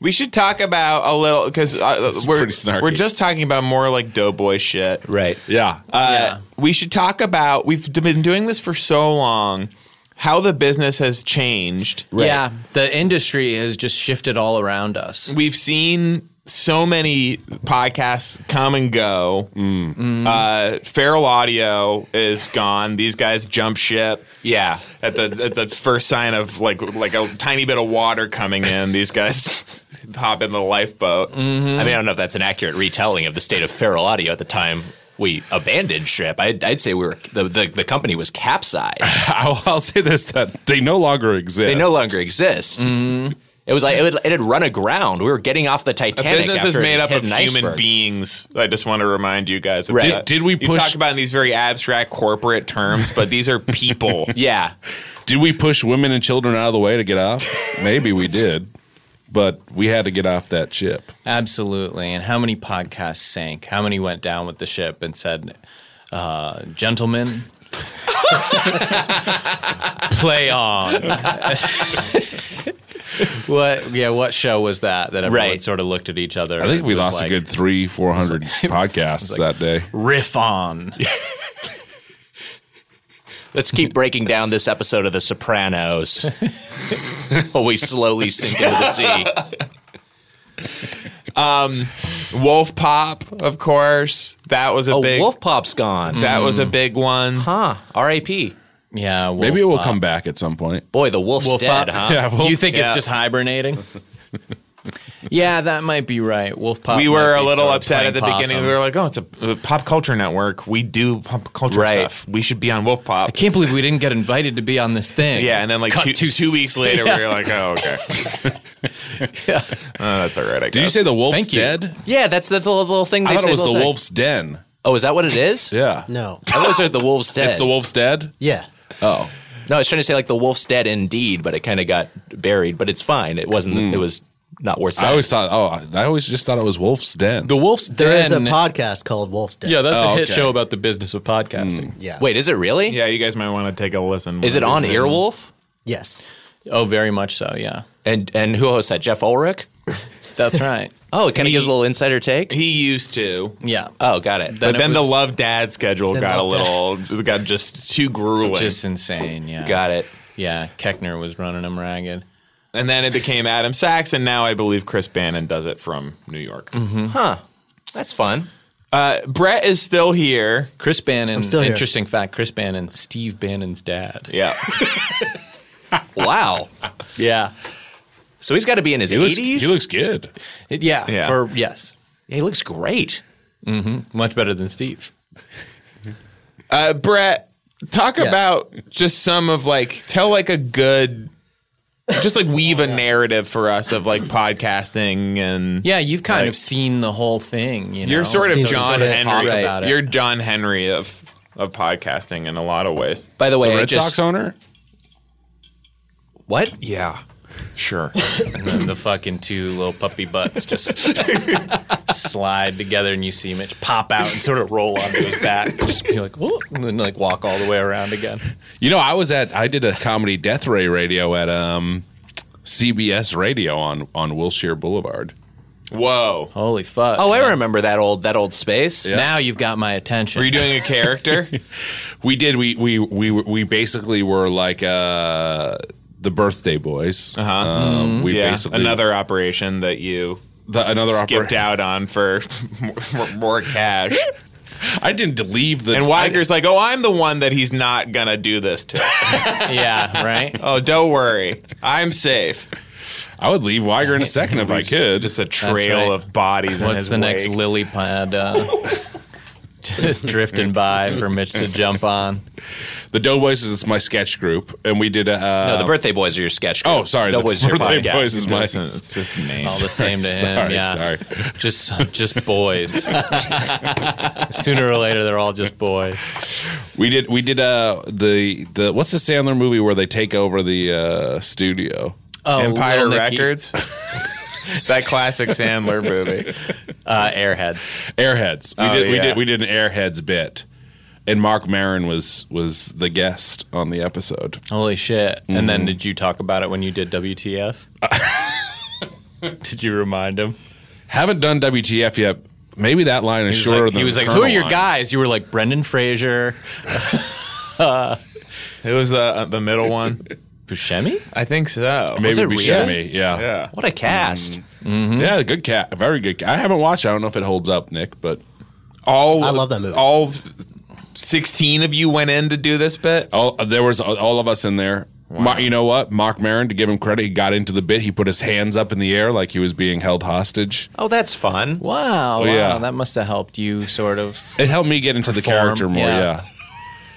S3: We should talk about a little because uh, we're
S6: pretty snarky.
S3: we're just talking about more like doughboy shit.
S5: Right.
S6: Yeah.
S3: Uh,
S2: Yeah.
S3: We should talk about we've d- been doing this for so long, how the business has changed.
S2: Yeah, the industry has just shifted all around us.
S3: We've seen so many podcasts come and go.
S5: Mm.
S3: Uh, Feral Audio is gone. These guys jump ship.
S5: Yeah.
S3: at the at the first sign of like like a tiny bit of water coming in, these guys hop in the lifeboat.
S5: I mean, I don't know if that's an accurate retelling of the state of feral audio at the time we abandoned ship. I'd, I'd say we were the, the, the company was capsized.
S6: I'll, I'll say this that they no longer exist.
S5: They no longer exist. It was like it, would, it had run aground. We were getting off the Titanic.
S3: Business is
S5: after it
S3: made up
S5: hit
S3: of
S5: an
S3: human
S5: iceberg.
S3: beings. I just want to remind you guys. of
S5: Right.
S3: that.
S6: Did- did we
S3: You
S6: push-
S3: talk about in these very abstract corporate terms, but these are people.
S5: Yeah.
S6: Did we push women and children out of the way to get off? Maybe we did, but we had to get off that ship.
S2: Absolutely. And how many podcasts sank? How many went down with the ship and said, uh, gentlemen, play on? what? Yeah, what show was that that everyone
S5: Right.
S2: sort of looked at each other?
S6: I think we
S2: and was
S6: lost
S2: like,
S6: a good three, four hundred podcasts that day.
S2: riff on.
S5: Let's keep breaking down this episode of The Sopranos while we slowly sink into the sea.
S3: Wolf Pop, of course. That was a
S5: Oh,
S3: big
S5: Wolf Pop's gone. Ah,
S3: that was a big one.
S5: Huh. R.A.P.
S2: Yeah, Wolf
S6: Maybe it will
S2: Pop.
S6: come back at some point.
S5: Boy, the wolf's
S2: Wolf
S5: dead,
S2: Pop?
S5: huh?
S6: Yeah, Wolf-
S2: You think
S5: Yeah.
S2: it's just hibernating? yeah, that might be right. Wolf pop.
S3: we
S2: might
S3: were
S2: be
S3: a little
S2: sort of
S3: upset
S2: playing
S3: at the
S2: possum.
S3: beginning. We were like, "Oh, it's a, a pop culture network. We do pop culture
S5: Right.
S3: stuff. We should be on Wolf Pop."
S2: Can't believe we didn't get invited to be on this thing.
S3: Yeah, and then like
S2: Cut
S3: two,
S2: to
S3: two weeks later,
S2: Yeah.
S3: we were like, "Oh, okay." Oh, that's all right. I guess.
S6: Did you say the wolf's
S2: Thank you.
S6: dead?
S5: Yeah, that's the little, little thing they
S6: I thought
S5: say
S6: it was the
S5: little thing.
S6: wolf's den.
S5: Oh, is that what it is?
S6: Yeah.
S4: No.
S5: I thought it was the wolf's dead.
S6: It's the wolf's dead?
S4: Yeah.
S6: Oh.
S5: No, I was trying to say like the wolf's dead indeed, but it kind of got buried. But it's fine. It wasn't. It was not worth.
S6: Mm. I
S5: Saying.
S6: always thought, oh, I always just thought it was wolf's den.
S2: The Wolf's Den.
S4: There is a podcast called Wolf's Den.
S2: yeah, that's
S6: Oh,
S2: a hit
S6: okay.
S2: show about the business of podcasting.
S4: Yeah.
S5: Wait, is it really?
S3: yeah, you guys might want to take a listen.
S5: Hmm. Is it on Earwolf?
S4: Yes.
S2: Oh, very much so. Yeah,
S5: And and who hosts that? Jeff Ulrich.
S2: that's right.
S5: Oh, it kind of gives a little insider take.
S3: He used to.
S2: Yeah.
S5: Oh, got it.
S3: But
S2: it
S3: then the
S2: was
S3: Love Dad schedule
S4: Then
S3: got a
S4: Love
S3: little, got just too grueling.
S2: just insane. Yeah.
S5: got it.
S2: Yeah, Keckner was running them ragged.
S3: and then it became Adam Sachs, and now I believe Chris Bannon does it from New York.
S5: That's fun.
S3: Uh, Brett is still here.
S2: Chris Bannon.
S4: still here.
S2: Interesting fact: Chris Bannon, Steve Bannon's dad.
S3: Yeah.
S5: Wow.
S2: Yeah.
S5: so he's got to be in his
S6: he, looks,
S5: eighties.
S6: he looks good.
S2: It- yeah.
S3: Yeah.
S2: For yes,
S5: He looks great.
S2: much better than Steve.
S3: Uh, Brett, talk
S4: Yes.
S3: about just some of like tell like a good just like weave a narrative for us of like podcasting and
S2: Yeah, you've kind
S3: Like-
S2: of seen the whole thing. You know?
S3: you're sort of
S4: Seems to
S3: John
S4: sort of
S3: Henry.
S2: talk about it.
S3: You're John Henry of of podcasting in a lot of ways.
S5: By the way,
S6: The
S5: I
S6: Red
S5: just,
S6: Sox owner?
S5: what?
S3: Yeah. Sure.
S2: and then the fucking two little puppy butts just slide together, and you see him just pop out and sort of roll onto his back. Just be like, whoop, and then like walk all the way around again.
S6: You know, I was at I did a comedy death ray radio at um CBS radio on on Wilshire Boulevard.
S3: Whoa.
S2: Holy fuck!
S5: Oh, I remember that old that old space.
S2: now you've got my attention.
S3: Were you doing a character?
S6: We did we we we we basically were like uh the birthday boys. Uh-huh. Um, we
S3: yeah.
S6: basically
S3: Another operation that you
S6: the, another
S3: skipped
S6: opera-
S3: out on for more, more cash.
S6: I didn't leave the
S3: And
S6: I-
S3: Weiger's like, "Oh, I'm the one that he's not gonna do this to."
S2: yeah, right.
S3: oh, don't worry, I'm safe.
S6: I would leave Weiger in a second if I could.
S3: Just a trail
S2: right.
S3: of bodies. in
S2: What's
S3: his
S2: the next
S3: wake.
S2: lily pad? Uh, just drifting by for Mitch to jump on.
S6: the Doughboys is my sketch group, and we did a. Uh,
S5: No, oh, the birthday boys are your sketch. Group.
S6: Oh, sorry. The
S5: Doughboys are your
S6: Birthday
S5: podcast.
S6: Boys is my.
S3: Listen, it's just name.
S2: All the same to him.
S6: Sorry,
S2: yeah.
S6: sorry.
S2: Just just boys. Sooner or later, they're all just boys.
S6: We did we did uh the the what's the Sandler movie where they take over the uh studio?
S2: Oh,
S3: Empire
S2: Lil Nicky.
S3: Records. that classic Sandler movie.
S2: Uh, airheads.
S6: Airheads. We
S3: Oh,
S6: did we
S3: yeah.
S6: did we did an Airheads bit. And Mark Marin was was the guest on the episode.
S2: Holy shit. And then did you talk about it when you did WTF? did you remind him?
S6: Haven't done WTF yet. Maybe that line is
S2: He was
S6: shorter
S2: like,
S6: than
S2: he was
S6: the
S2: like
S6: Colonel
S2: who are your
S6: line.
S2: guys? You were like, Brendan Fraser,
S3: It was the uh, the middle one.
S2: Buscemi?
S3: I think so.
S6: Maybe it'd be
S5: real?
S6: Shemmy. Yeah. yeah.
S3: Yeah.
S5: What a cast.
S2: Mm-hmm.
S6: good cat. Very good cat. I haven't watched. it. I don't know if it holds up, Nick, but
S3: All
S4: I love that movie.
S3: All sixteen of you went in to do this bit.
S6: all there was all of us in there. Ma- you know what? Mark Marin, to give him credit, he got into the bit. He put his hands up in the air like he was being held hostage.
S5: Oh, that's fun.
S2: Wow, wow,
S6: yeah.
S2: that must have helped you sort of.
S6: It helped me get into the
S2: Perform,
S6: character more.
S2: yeah.
S6: Yeah.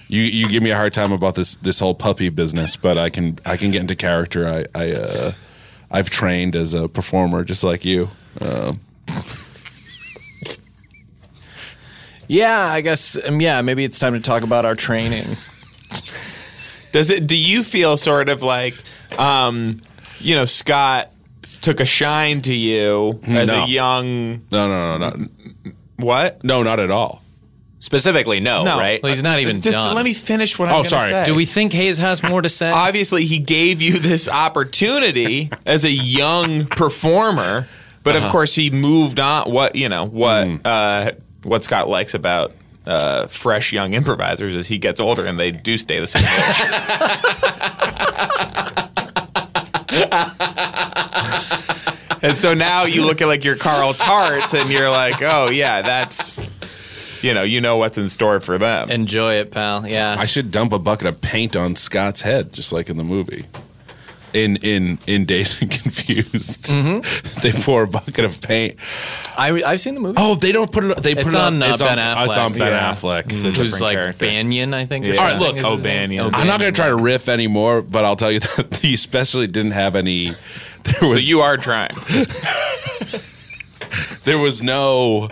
S6: You you give me a hard time about this this whole puppy business, but I can I can get into character. I I uh, I've trained as a performer just like you. Um,
S2: Yeah, I guess. Um, yeah, maybe it's time to talk about our training.
S3: Does it? Do you feel sort of like, um, you know, Scott took a shine to you as
S6: No.
S3: a young
S6: no no no no
S3: what?
S6: no not at all.
S5: Specifically,
S2: Oh,
S5: no, right?
S2: Well, he's not even
S3: Just
S2: done.
S3: let me finish what I'm.
S6: Oh,
S3: gonna
S6: sorry.
S3: say.
S2: Do we think Hayes has more to say?
S3: Obviously, he gave you this opportunity as a young performer,
S2: Uh-huh. Hmm.
S3: but of course, he moved on. What you know, what uh, what Scott likes about uh, fresh young improvisers as he gets older, and they do stay the same age. and so now you look at like your Carl Tarts, and you're like, oh yeah, that's you know, you know what's in store for them.
S2: Enjoy it, pal. Yeah.
S6: I should dump a bucket of paint on Scott's head, just like in the movie. In in in Days and Confused, they pour a bucket of paint.
S2: I, I've seen the movie.
S6: Mm-hmm. Oh, they don't put it. They put
S2: It's
S6: it
S2: on, uh,
S6: it's
S2: Ben
S6: on-
S2: Affleck.
S6: It's on Ben
S2: Yeah.
S6: Affleck.
S2: who's like
S3: character.
S2: Banyan, I think. or
S3: Yeah. All right,
S2: something Oh,
S6: look,
S2: is his name.
S3: O'Banion.
S6: I'm not
S2: O'Banion.
S6: going to try to riff anymore, but I'll tell you that he especially didn't have any. There
S3: So
S6: was
S3: you are trying.
S6: there was no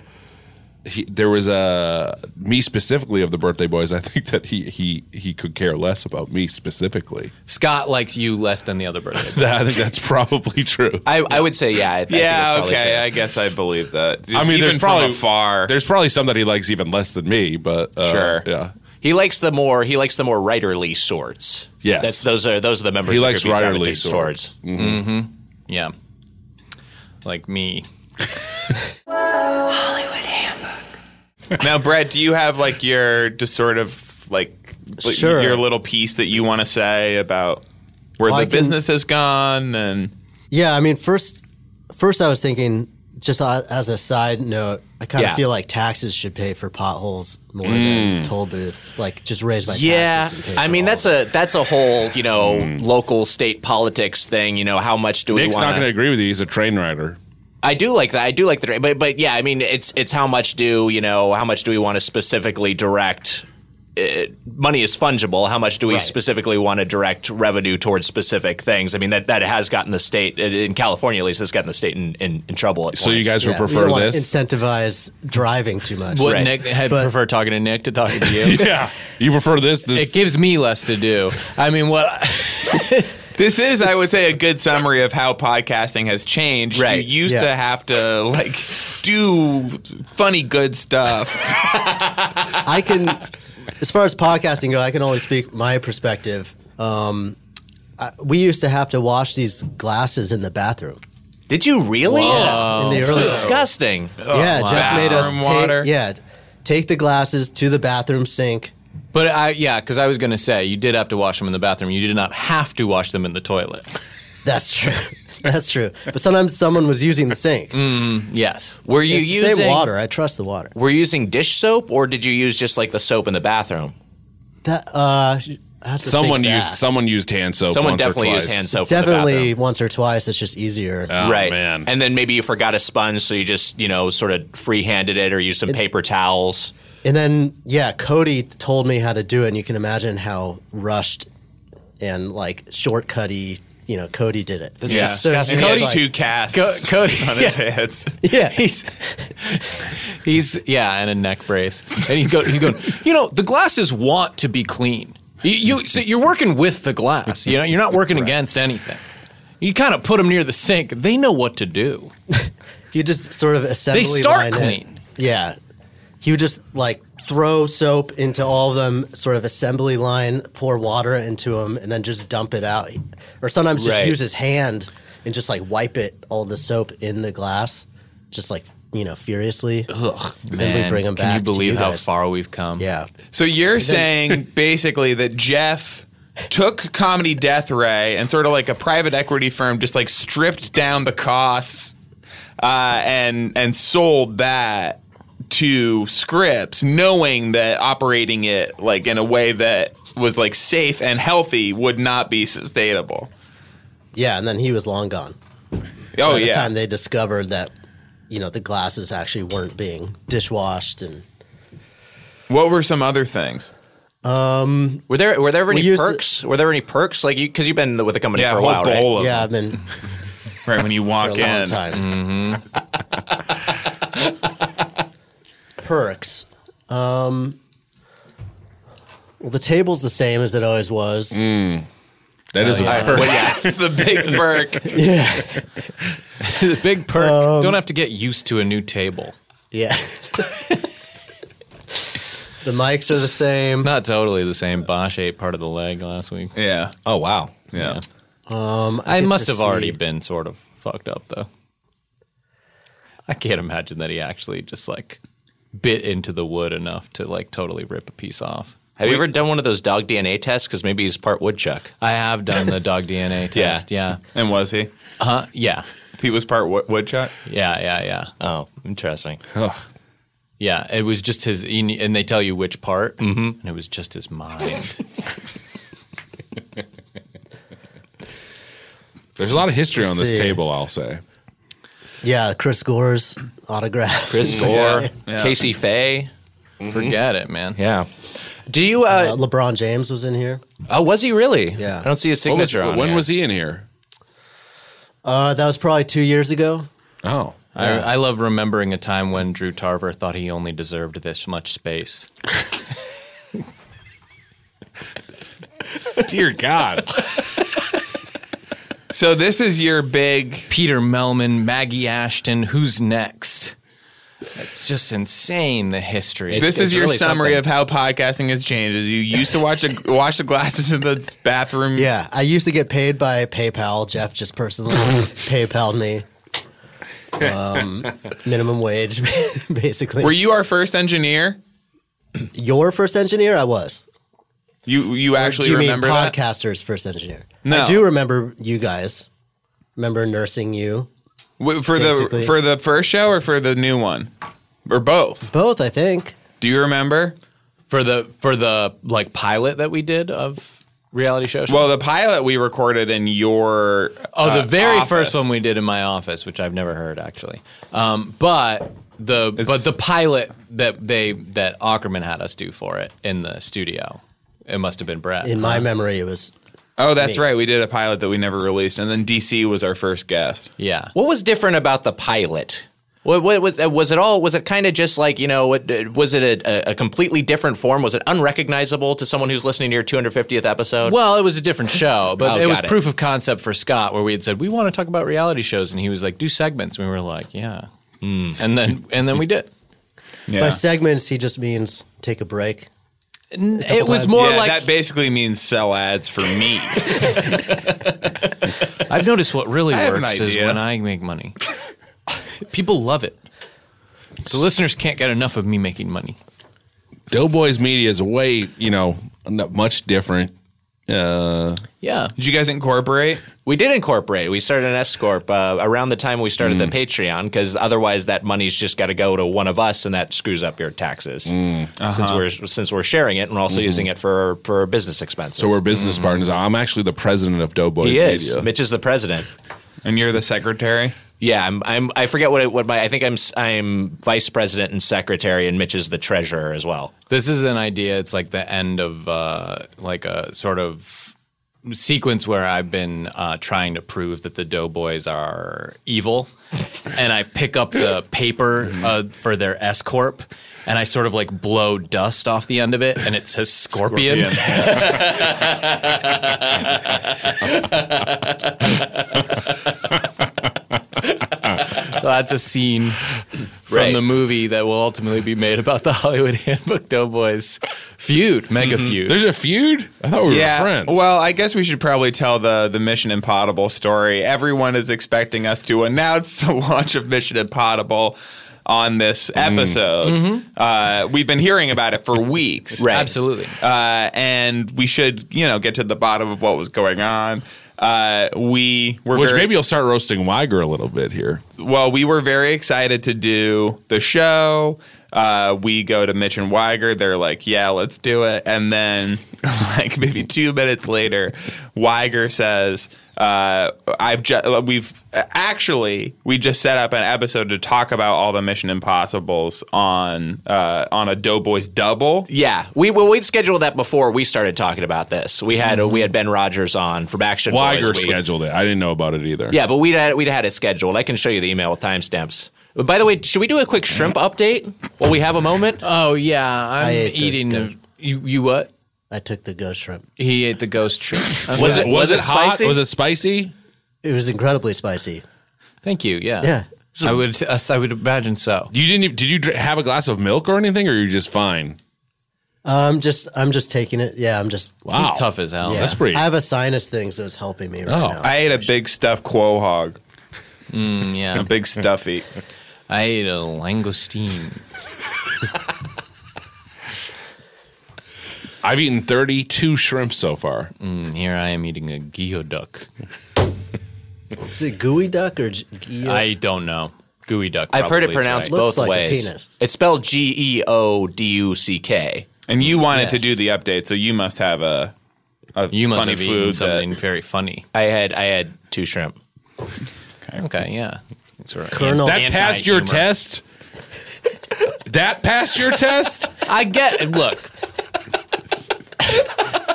S6: he, there was a me specifically of the birthday boys i think that he he he could care less about me specifically
S2: Scott likes you less than the other birthday. boy.
S6: That- i think that's probably true
S5: I, I would say yeah. I, I think that's
S3: yeah,
S5: probably
S3: okay.
S5: true.
S3: I guess I believe that.
S6: i mean
S3: Even
S6: there's probably
S3: from afar.
S6: there's probably some that he likes even less than me but uh,
S3: Sure.
S6: yeah
S5: He likes the more he likes the more writerly sorts.
S6: Yes.
S5: That's those are those are the members.
S6: He
S5: of the
S6: likes
S5: group who gravitate
S6: writerly swords.
S5: towards. Mm-hmm.
S2: yeah. Like me.
S3: Now, Brett, do you have like your just sort of like li-
S4: Sure.
S3: your little piece that you want to say about where the
S4: I can-
S3: business has gone and
S4: Yeah, I mean, first, first I was thinking, just a- as a side note, I kind of
S5: Yeah. Mm.
S4: feel like taxes should pay for potholes more than toll booths. Like, just raise my
S5: Yeah,
S4: taxes. and pay
S5: I
S4: for
S5: mean
S4: all
S5: that's a that's a whole you know local state politics thing. You know how much do we
S6: nick's
S5: want?
S6: not going to agree with you he's a train rider
S5: I do like that. I do like the but but yeah, I mean it's it's how much do you know how much do we want to specifically direct uh, money is fungible. How much do we
S4: Right.
S5: specifically want to direct revenue towards specific things? I mean that that has gotten the state uh, in California at least has gotten the state in, in, in trouble. At
S6: so you
S5: points.
S6: guys would
S4: Yeah, you don't
S6: prefer
S4: wanna
S6: this
S4: Incentivize driving too much.
S2: Would
S5: Right.
S2: Nick had
S4: But-
S2: prefer talking to Nick to talking to you?
S6: yeah you prefer this this
S2: It gives me less to do. I mean, what?
S3: this is, I would say, a good summary of how podcasting has changed.
S5: Right.
S3: You used
S4: Yeah.
S3: to have to like do funny good stuff.
S4: I can, as far as podcasting go, I can only speak my perspective. Um, I, we used to have to wash these glasses in the bathroom.
S5: Did you really?
S4: Yeah, in the
S5: It's
S4: early
S5: disgusting.
S4: yeah, Jeff made us
S3: Bathroom
S4: take,
S3: water.
S4: yeah take the glasses to the bathroom sink.
S2: But I, yeah, because I was going to say you did have to wash them in the bathroom. You did not have to wash them in the toilet.
S4: That's true. That's true. But sometimes someone was using the sink.
S2: Yes.
S5: Were you
S4: It's the
S5: using
S4: same water. I trust the water.
S5: Were you using dish soap or did you use just like the soap in the bathroom?
S4: That uh, I have to
S6: someone
S4: think
S6: used
S4: back.
S6: someone used hand soap
S5: Someone
S6: once or
S5: definitely used
S6: twice.
S5: hand soap. in the bathroom.
S4: Definitely once or twice. It's just easier.
S6: Oh,
S5: right.
S6: man.
S5: And then maybe you forgot a sponge, so you just, you know, sort of free handed it or used some paper towels.
S4: And then yeah, Cody told me how to do it, and you can imagine how rushed and like shortcutty. You know, Cody did it. This
S3: Yeah.
S4: just so
S3: And
S4: easy.
S3: Cody
S4: It's
S3: two
S4: like,
S3: casts
S2: Co- Cody-
S3: on his
S2: yeah.
S3: heads.
S4: yeah,
S2: He's he's yeah, and a neck brace. And he go he go. You know, the glasses want to be clean. You, you so you're working with the glass. You know, you're not working against anything. You kind of put them near the sink. They know what to do.
S4: you just sort of assembly.
S2: start
S4: line it.
S2: clean.
S4: Yeah, he would just like throw soap into all of them, sort of assembly line, pour water into them, and then just dump it out. Or sometimes just
S5: Right.
S4: use his hand and just like wipe it all the soap in the glass, just like you know furiously. Ugh, then we bring them
S2: can
S4: back.
S2: you believe
S4: to you
S2: how
S4: guys.
S2: far we've come?
S4: Yeah.
S3: So you're saying basically that Jeff took comedy death ray and sort of like a private equity firm just like stripped down the costs uh, and and sold that to scripts knowing that operating it like in a way that was like safe and healthy would not be sustainable.
S4: Yeah, and then he was long gone.
S3: Oh
S4: By the
S3: yeah.
S4: time they discovered that, you know, the glasses actually weren't being dishwashed and
S3: what were some other things?
S5: Were there were there ever
S4: We
S5: any
S4: used the-
S5: perks? were there any perks? Like you because you've been with the company
S3: Yeah,
S5: for a
S3: whole
S5: while, right?
S3: bowl of
S4: yeah,
S3: yeah.
S4: I've been
S3: right when you walk
S4: for a
S3: in.
S4: long time.
S3: Mm-hmm.
S4: Perks. Um, well, the table's the same as it always was.
S3: Mm.
S6: that is a perk.
S3: Well, yeah, it's the big perk.
S4: Yeah,
S2: the big perk.
S4: Um,
S2: Don't have to get used to a new table.
S4: yeah. the mics are the same.
S2: Not totally the same. Bosch ate part of the leg last week.
S3: Yeah.
S5: Oh wow.
S3: Yeah.
S2: I,
S4: get
S2: must
S4: to
S2: have already
S4: see-
S2: been sort of fucked up though. I can't imagine that he actually just like bit into the wood enough to like totally rip a piece off.
S5: Have you ever done one of those dog DNA tests? Because maybe he's part woodchuck.
S2: I have done the dog DNA test. Yeah.
S3: And was he?
S2: Uh, yeah.
S3: He was part wo- woodchuck.
S2: Yeah. Yeah. Yeah.
S5: Oh, interesting.
S2: Yeah. It was just his, you kn- and they tell you which part, mm-hmm. and it was just his mind.
S6: There's a lot of history on this
S4: see.
S6: table, I'll say.
S4: Yeah, Chris Gore's autograph.
S5: Chris Gore, Casey Faye.
S2: Forget it, man.
S5: Yeah. Do you?
S4: Uh,
S5: Uh,
S4: LeBron James was in here.
S5: oh, was he really?
S4: Yeah.
S5: I don't see his
S6: What was-
S5: signature on
S6: when
S5: here.
S6: was he in here?
S4: Uh, that was probably two years ago.
S6: Oh.
S2: I, I love remembering a time when Drew Tarver thought he only deserved this much space.
S6: Dear God.
S3: So this is your big.
S2: Peter Melman, Maggie Ashton, who's next? It's just insane the history.
S3: This
S5: it's
S3: is your
S5: really
S3: summary
S5: something.
S3: of how podcasting has changed. Is you used to watch a, wash the glasses in the bathroom.
S4: Yeah, I used to get paid by PayPal. Jeff just personally PayPal me. Um, minimum wage, basically.
S3: Were you our first engineer?
S4: Your first engineer? I was.
S3: You you actually
S4: Do you mean
S3: remember that?
S4: podcaster's first engineer?
S3: No.
S4: I do remember you guys. Remember nursing you?
S3: Wait, for the
S4: Basically.
S3: for the first show or for the new one or both?
S4: Both, I think.
S3: Do you remember?
S2: for the for the uh, like pilot that we did of reality show.
S3: Well, the pilot we recorded in your uh,
S2: oh,
S5: uh,
S2: the very
S3: office.
S2: first one we did in my office, which I've never heard actually. Um, but the but the pilot that they that Ackerman had us do for it in the studio, it must have been Brett.
S4: In my memory, it was.
S3: Oh, that's right. We did a pilot that we never released, and then DC was our first guest.
S2: yeah.
S5: What was different about the pilot? What, what, was- uh, was it all? Was it kind of just like you know? What, uh, was it a, a- a completely different form? Was it unrecognizable to someone who's listening to your 250th episode?
S2: Well, it was a different show, but
S5: Oh,
S2: it was
S5: got it.
S2: proof of concept for Scott, where we had said we want to talk about reality shows, and he was like, "Do segments." And we were like, "Yeah,"
S3: Hmm.
S2: and then and then we did.
S4: By
S3: Yeah,
S4: segments, he just means take a break.
S2: It was
S4: times.
S2: more
S3: Yeah,
S2: like
S3: that basically means sell ads for me.
S2: I've noticed what really
S3: I have an
S2: works is
S3: idea.
S2: when I make money. People love it. The listeners can't get enough of me making money.
S6: Doughboys Media is way, you know, not much different. Uh,
S5: yeah,
S3: did you guys incorporate?
S5: we did incorporate. We started an S corp uh, around the time we started
S6: Mm.
S5: the Patreon because otherwise that money's just got to go to one of us, and that screws up your taxes
S6: Mm.
S5: since
S6: Uh-huh.
S5: we're since we're sharing it and we're also using it for for business expenses.
S6: Mm-hmm. so we're business partners. I'm actually the president of Doughboys
S5: he is.
S6: Media.
S5: Mitch is the president.
S3: And you're the secretary.
S5: Yeah, I'm. I'm. I forget what it, what my. I think I'm. s- I'm vice president and secretary, and Mitch is the treasurer as well.
S2: This is an idea. It's like the end of uh, like a sort of sequence where I've been uh, trying to prove that the Doughboys are evil, and I pick up the paper uh, for their S corp. And I sort of like blow dust off the end of it, and it says scorpion. That's a scene from
S5: Right.
S2: the movie that will ultimately be made about the Hollywood Handbook Doughboys feud, mega feud.
S6: There's a feud? I thought we were friends.
S3: Well, I guess we should probably tell the the Mission Impossible story. Everyone is expecting us to announce the launch of Mission Impossible on this
S6: Mm-hmm.
S3: episode. Uh, we've been hearing about it for weeks,
S5: Right.
S2: Absolutely.
S3: Uh, and we should, you know, get to the bottom of what was going on. Uh, we were
S6: which
S3: very,
S6: maybe you'll start roasting Weiger a little bit here.
S3: well, we were very excited to do the show. Uh, we go to Mitch and Weiger. They're like, yeah, let's do it. And then, like, maybe two minutes later, Weiger says, uh, I've ju- we've actually we just set up an episode to talk about all the Mission Impossibles on uh, on a Doughboys double.
S5: Yeah, we well, we'd scheduled that before we started talking about this. We had
S6: Mm-hmm.
S5: we had Ben Rogers on from Action
S6: Weiger
S5: Boys. We-
S6: scheduled it. I didn't know about it either.
S5: Yeah, but we'd had we'd had it scheduled. I can show you the email with timestamps. But by the way, should we do a quick shrimp update while we have a moment?
S2: oh yeah,
S4: I
S2: I'm
S4: ate the
S2: eating
S4: go-
S2: the you, you what?
S4: I took the ghost shrimp.
S2: He ate the ghost shrimp.
S5: Was it
S6: Was, it, hot?
S5: spicy?
S6: Was it spicy?
S4: It was incredibly spicy.
S2: Thank you. Yeah.
S4: Yeah.
S2: I would uh, I would imagine so.
S6: You didn't. even- Did you dr- have a glass of milk or anything, or you're just fine?
S4: I'm just, I'm just taking it. Yeah, I'm just.
S6: Wow,
S2: He's tough as hell.
S4: Yeah.
S6: that's pretty-
S4: I have a sinus thing, so it's helping me right
S6: Oh.
S4: now.
S3: I ate a big stuffed quail hog,
S2: Mm, yeah.
S3: a big stuffy.
S2: I ate a langoustine.
S6: I've eaten 32 shrimp so far.
S5: Here I am eating a Gyo duck.
S4: Is it gooey duck or? j- uh, Geo-
S2: I don't know. Gooey duck.
S5: I've heard
S2: probably
S5: it
S2: is
S5: pronounced
S2: right.
S4: Looks
S5: both
S4: like a
S5: ways.
S4: penis.
S5: It's spelled G E O D U C K.
S3: And you wanted to
S4: Yes.
S3: do the update, so you must have a, a
S2: You must
S3: funny
S2: have eaten
S3: food.
S2: something
S3: That,
S2: very funny.
S5: I had I had two shrimp.
S2: Okay, yeah. That's right.
S4: Colonel.
S6: That passed your
S2: Anti-humor.
S6: test? that passed your test?
S2: I get look.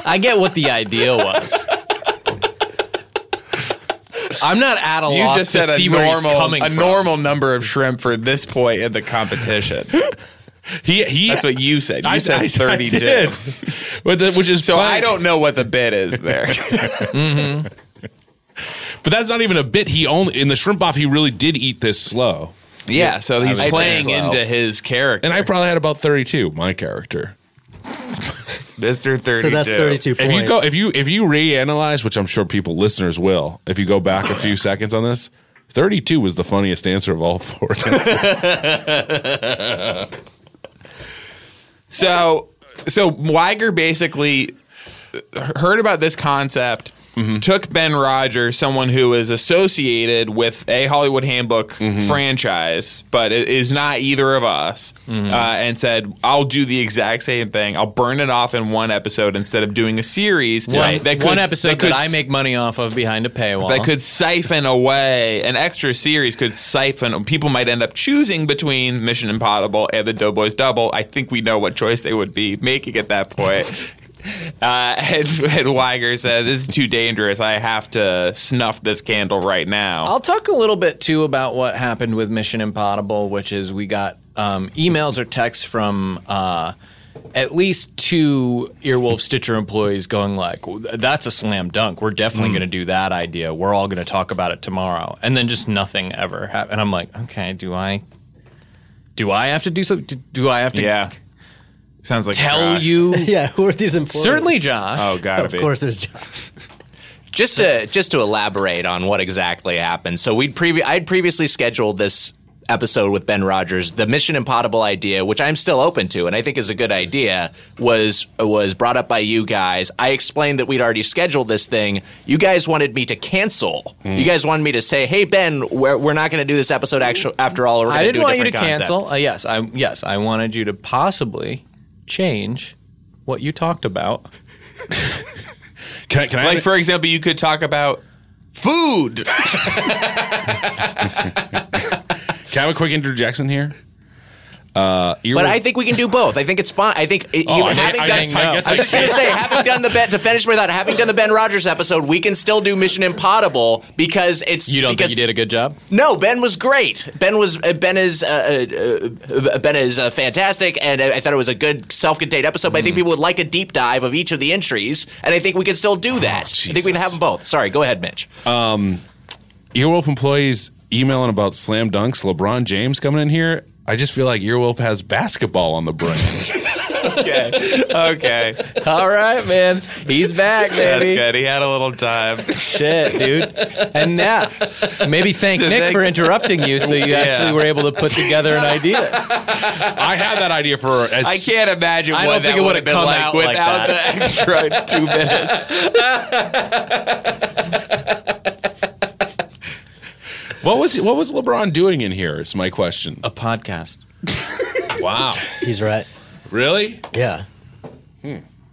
S2: I get what the idea was. I'm not at a
S3: you
S2: loss
S3: just
S2: to
S3: said a
S2: see where he's
S3: normal,
S2: coming
S3: a
S2: from.
S3: normal number of shrimp for this point in the competition.
S6: He, he,
S3: That's what you said. You
S6: I
S3: said
S6: I- I
S3: 32.
S6: did. But the- which is
S3: So
S6: fine.
S3: I don't know what the bid is there.
S6: But that's not even a bit. He only in the shrimp off. He really did eat this slow,
S3: yeah, so he's
S5: I was
S3: playing
S5: slow.
S3: into his character.
S6: and I probably had about thirty-two. My character.
S3: Mr. 32.
S4: So that's 32
S6: If
S4: points.
S6: you go, if you if you reanalyze, which I'm sure people listeners will, if you go back a few seconds on this, 32 was the funniest answer of all four.
S3: So, so Weiger basically heard about this concept, took Ben Rogers, someone who is associated with a Hollywood Handbook
S2: Mm-hmm.
S3: franchise, but i- is not either of us,
S2: Mm-hmm.
S3: uh, and said, "I'll do the exact same thing. I'll burn it off in one episode insteode of doing a series.
S2: One,
S3: that could-
S2: one episode that,
S3: could
S2: I
S3: s-
S2: make money off of behind a paywall.
S3: that could siphon away an extra series could siphon people might end up choosing between mission impossible and the doughboys double i think we know what choice they would be making at that point uh, and, and weiger said this is too dangerous i have to snuff this candle right now
S2: I'll talk a little bit too about what happened with Mission Impossible, which is we got um, emails or texts from uh, at least two Earwolf Stitcher employees going like, "Well, th- "That's a slam dunk. We're definitely going to do that idea. We're all going to talk about it tomorrow." And then just nothing ever happened. And I'm like, "Okay, do I? Do I have to do something? Do, do I have to
S3: yeah sounds like
S2: tell
S3: Josh.
S2: you?"
S4: yeah, who are these employees?
S2: Certainly, Josh.
S3: oh gotta
S4: Of
S3: be
S4: course, there's Josh.
S5: Just to just to elaborate on what exactly happened. So we'd previ- I'd previously scheduled this episode with Ben Rogers. The Mission Impossible idea, which I'm still open to and I think is a good idea, was was brought up by you guys. I explained that we'd already scheduled this thing. You guys wanted me to cancel.
S2: Hmm.
S5: You guys wanted me to say, "Hey Ben, we're, we're not going to do this episode actu- after all.
S2: I
S5: We're gonna
S2: didn't
S5: do a
S2: want you to
S5: different concept."
S2: cancel. Uh, yes, I yes, I wanted you to possibly change what you talked about.
S6: Can, I- can I?
S3: like for example you could talk about food
S6: Can I have a quick interjection here? Uh,
S5: But I think we can do both. I think it's fine. I think it,
S6: Oh,
S5: you,
S6: I guess-
S5: having
S6: I
S5: done-
S6: guess- I guess
S5: I was
S6: I
S5: just gonna say, having done the Ben to finish my thought, having done the Ben Rogers episode, we can still do Mission Impossible because it's
S2: You don't
S5: because,
S2: think you did a good job?
S5: No, Ben was great. Ben was uh, Ben is uh, uh, uh, Ben is uh, fantastic, and I, I thought it was a good self-contained episode. But
S2: Hmm.
S5: I think people would like a deep dive of each of the entries, and I think we can still
S2: Oh,
S5: do that. I think we can have them both. Sorry, go ahead, Mitch.
S6: Earwolf employees emailing about slam dunks, LeBron James coming in here. I just feel like Earwolf has basketball on the brain.
S3: okay okay
S2: All right, man. He's back,
S3: that's
S2: baby.
S3: good he had a little time
S2: Shit, dude. And now, maybe thank
S3: So
S2: Nick
S3: thank-
S2: for interrupting you, so you
S3: Yeah.
S2: actually were able to put together an idea.
S6: I had that idea for as
S3: I can't imagine
S2: I don't
S3: what that
S2: think it
S3: would
S2: would've
S3: have been
S2: come
S3: like
S2: out like
S3: without the extra two minutes.
S6: What was what was LeBron doing in here? Is my question.
S2: A podcast.
S6: Wow,
S4: He's right.
S6: really?
S4: Yeah.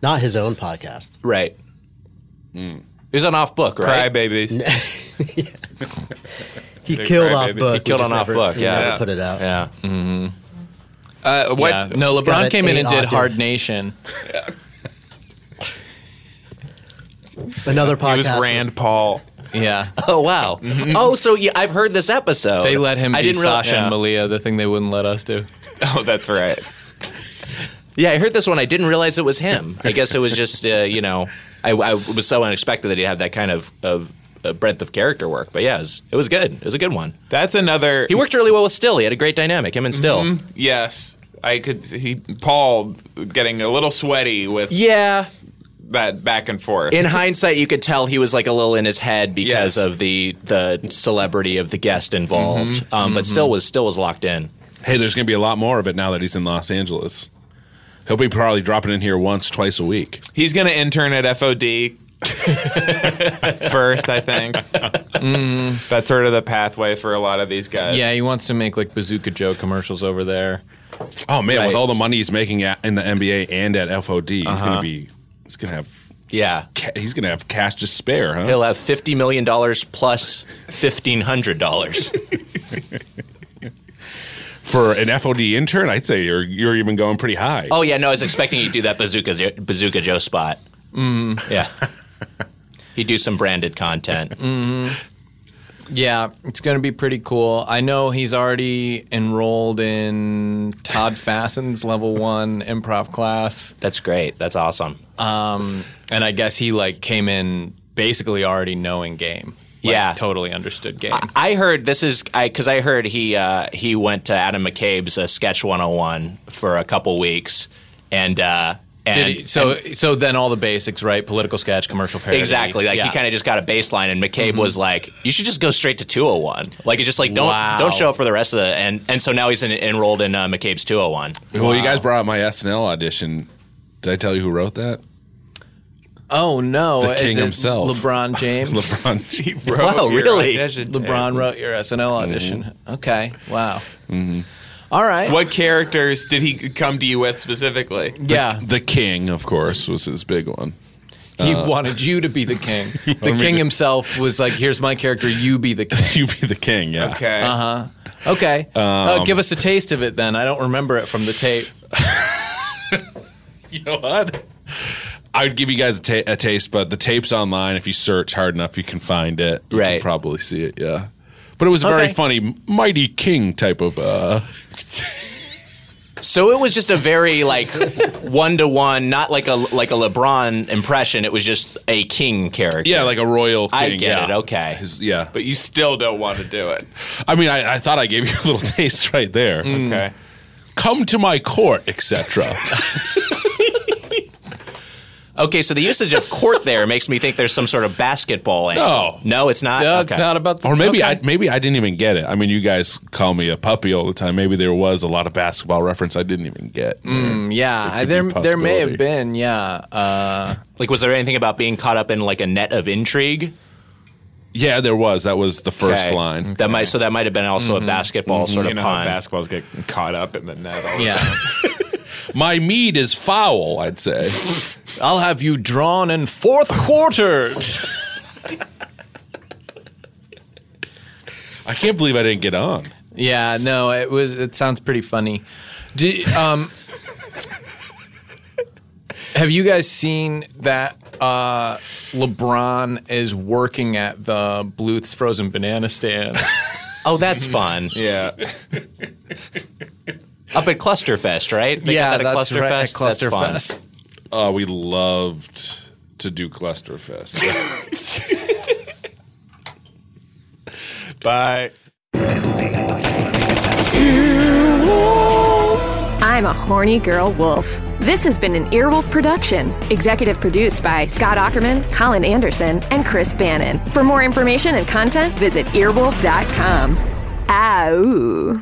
S4: Not his own podcast.
S5: right.
S2: Hmm.
S5: It was an off book, right?
S3: Crybabies.
S4: He killed
S3: cry
S4: off
S3: baby.
S4: book.
S3: He
S4: We
S5: killed
S4: just
S5: on Off
S4: never-
S5: Book,
S4: we
S5: yeah.
S4: never
S3: Yeah.
S4: put it out.
S5: Yeah.
S3: Uh, what?
S2: Yeah. No,
S4: got an
S2: LeBron came in
S4: eight
S2: and did
S4: octave.
S2: Hard Nation.
S4: Another podcast.
S3: It was Rand Paul.
S2: Yeah.
S5: Oh wow! Oh, so yeah, I've heard this episode.
S2: Mm-hmm. They let him
S5: I
S2: be
S5: didn't realize-
S2: Sasha
S5: yeah.
S2: and Malia, the thing they wouldn't let us do.
S3: Oh, that's right.
S5: Yeah, I heard this one. I didn't realize it was him. I guess it was just uh, you know, I, I was so unexpected that he had that kind of of uh, breadth of character work. But yeah, it was, it was good. It was a good one.
S3: That's another.
S5: He worked really well with Still. He had a great dynamic. Him and Still.
S3: Yes, I could. He Paul getting a little sweaty with
S5: Yeah.
S3: that back and forth.
S5: In hindsight, you could tell he was like a little in his head
S3: Yes.
S5: because of the the celebrity of the guest involved. Um, But Still was Still was locked in.
S6: Hey, there's going to be a lot more of it now that he's in Los Angeles. He'll be probably dropping in here once, twice a week.
S3: He's going to intern at FOD first, I think. Mm, That's sort of the pathway for a lot of these guys.
S2: Yeah, he wants to make like Bazooka Joe commercials over there.
S6: Oh man,
S5: Right.
S6: with all the money he's making at, in the NBA and at FOD, he's going to be he's going to have
S5: Yeah.
S6: ca- he's going to have cash to spare, huh?
S5: He'll have fifty million dollars plus fifteen hundred dollars.
S6: For an FOD intern, I'd say you're you're even going pretty high.
S5: oh yeah, no, I was expecting he'd do that bazooka bazooka Joe spot. Mm. Yeah, he'd do some branded content. Mm.
S2: Yeah, it's going to be pretty cool. I know he's already enrolled in Todd Fasson's level one improv class.
S5: That's great. That's awesome.
S2: Um, and I guess he like came in basically already knowing game. Like,
S5: Yeah.
S2: totally understood game.
S5: I heard this is I because I heard he uh, he went to Adam McCabe's uh, Sketch 101 for a couple weeks, and uh, and
S2: Did he, so so then all the basics, right? Political sketch, commercial parody.
S5: exactly like he
S2: Yeah. Mm-hmm.
S5: kind of just got a baseline, and McCabe was like, "You should just go straight to 201." Like it just like don't
S2: Wow.
S5: don't show up for the rest of the and and so now he's in, enrolled in uh, McCabe's 201.
S6: Well, you guys brought up my SNL audition. Did I tell you who wrote that?
S2: Oh no,
S6: The
S2: is
S6: king
S2: it
S6: himself.
S2: LeBron James.
S6: LeBron.
S2: wow,
S5: your
S2: really?
S5: audition.
S2: LeBron wrote your SNL audition.
S6: Mm-hmm.
S2: Okay, wow. All right.
S3: What characters did he come to you with specifically?
S2: Yeah,
S6: the King, of course, was his big one.
S2: he wanted you to be the king. The
S6: me
S2: king
S6: to-
S2: himself was like, "Here's my character. You be the king."
S6: You be the king, yeah.
S3: Okay.
S2: Okay, uh, give us a taste of it then. I don't remember it from the tape.
S6: You know what? I would give you guys a, ta- a taste, but the tape's online. If you search hard enough, you can find it. You can
S5: Right.
S6: probably see it, yeah. But it was a very
S2: Okay.
S6: funny, mighty king type of. uh
S5: So it was just a very like one to one, not like a like a LeBron impression. It was just a king character.
S6: Yeah, like a royal king.
S5: I get
S6: yeah.
S5: it, okay.
S6: His- yeah.
S3: But you still don't want to do it.
S6: I mean, I, I thought I gave you a little taste right there.
S3: Okay.
S6: Come to my court, etc.
S5: Okay, so the usage of court there makes me think there's some sort of basketball angle.
S6: No.
S5: No, it's not.
S2: No, Uh, it's
S5: Okay.
S2: not about. The,
S6: Or maybe
S2: okay.
S6: I maybe I didn't even get it. I mean, you guys call me a puppy all the time. Maybe there was a lot of basketball reference I didn't even get.
S5: Mm.
S2: Yeah, I-
S6: could be
S2: there there may
S6: possibility.
S2: have been. Yeah, uh,
S5: Like, was there anything about being caught up in like a net of intrigue?
S6: Yeah, there was. That was the first
S5: Okay.
S6: line.
S5: That might so that might have been also a basketball
S6: Mm-hmm.
S5: sort
S3: You
S5: of
S3: know how
S5: pun.
S3: basketballs get caught up in the net. All the
S2: yeah.
S6: My mead is foul. I'd say.
S2: I'll have you drawn and fourth quartered.
S6: I can't believe I didn't get on.
S2: yeah, no, it was. It sounds pretty funny. Do, um, have you guys seen that uh, LeBron is working at the Bluth's frozen banana stand?
S5: oh, that's fun.
S3: Yeah.
S5: Up at Clusterfest, right? They got that at Clusterfest.
S2: at
S5: That's fun.
S2: Clusterfest.
S6: Oh, we loved to do Clusterfest.
S3: Bye.
S7: I'm a horny girl wolf. This has been an Earwolf production, executive produced by Scott Ackerman, Colin Anderson, and Chris Bannon. For more information and content, visit earwolf.com. Ow.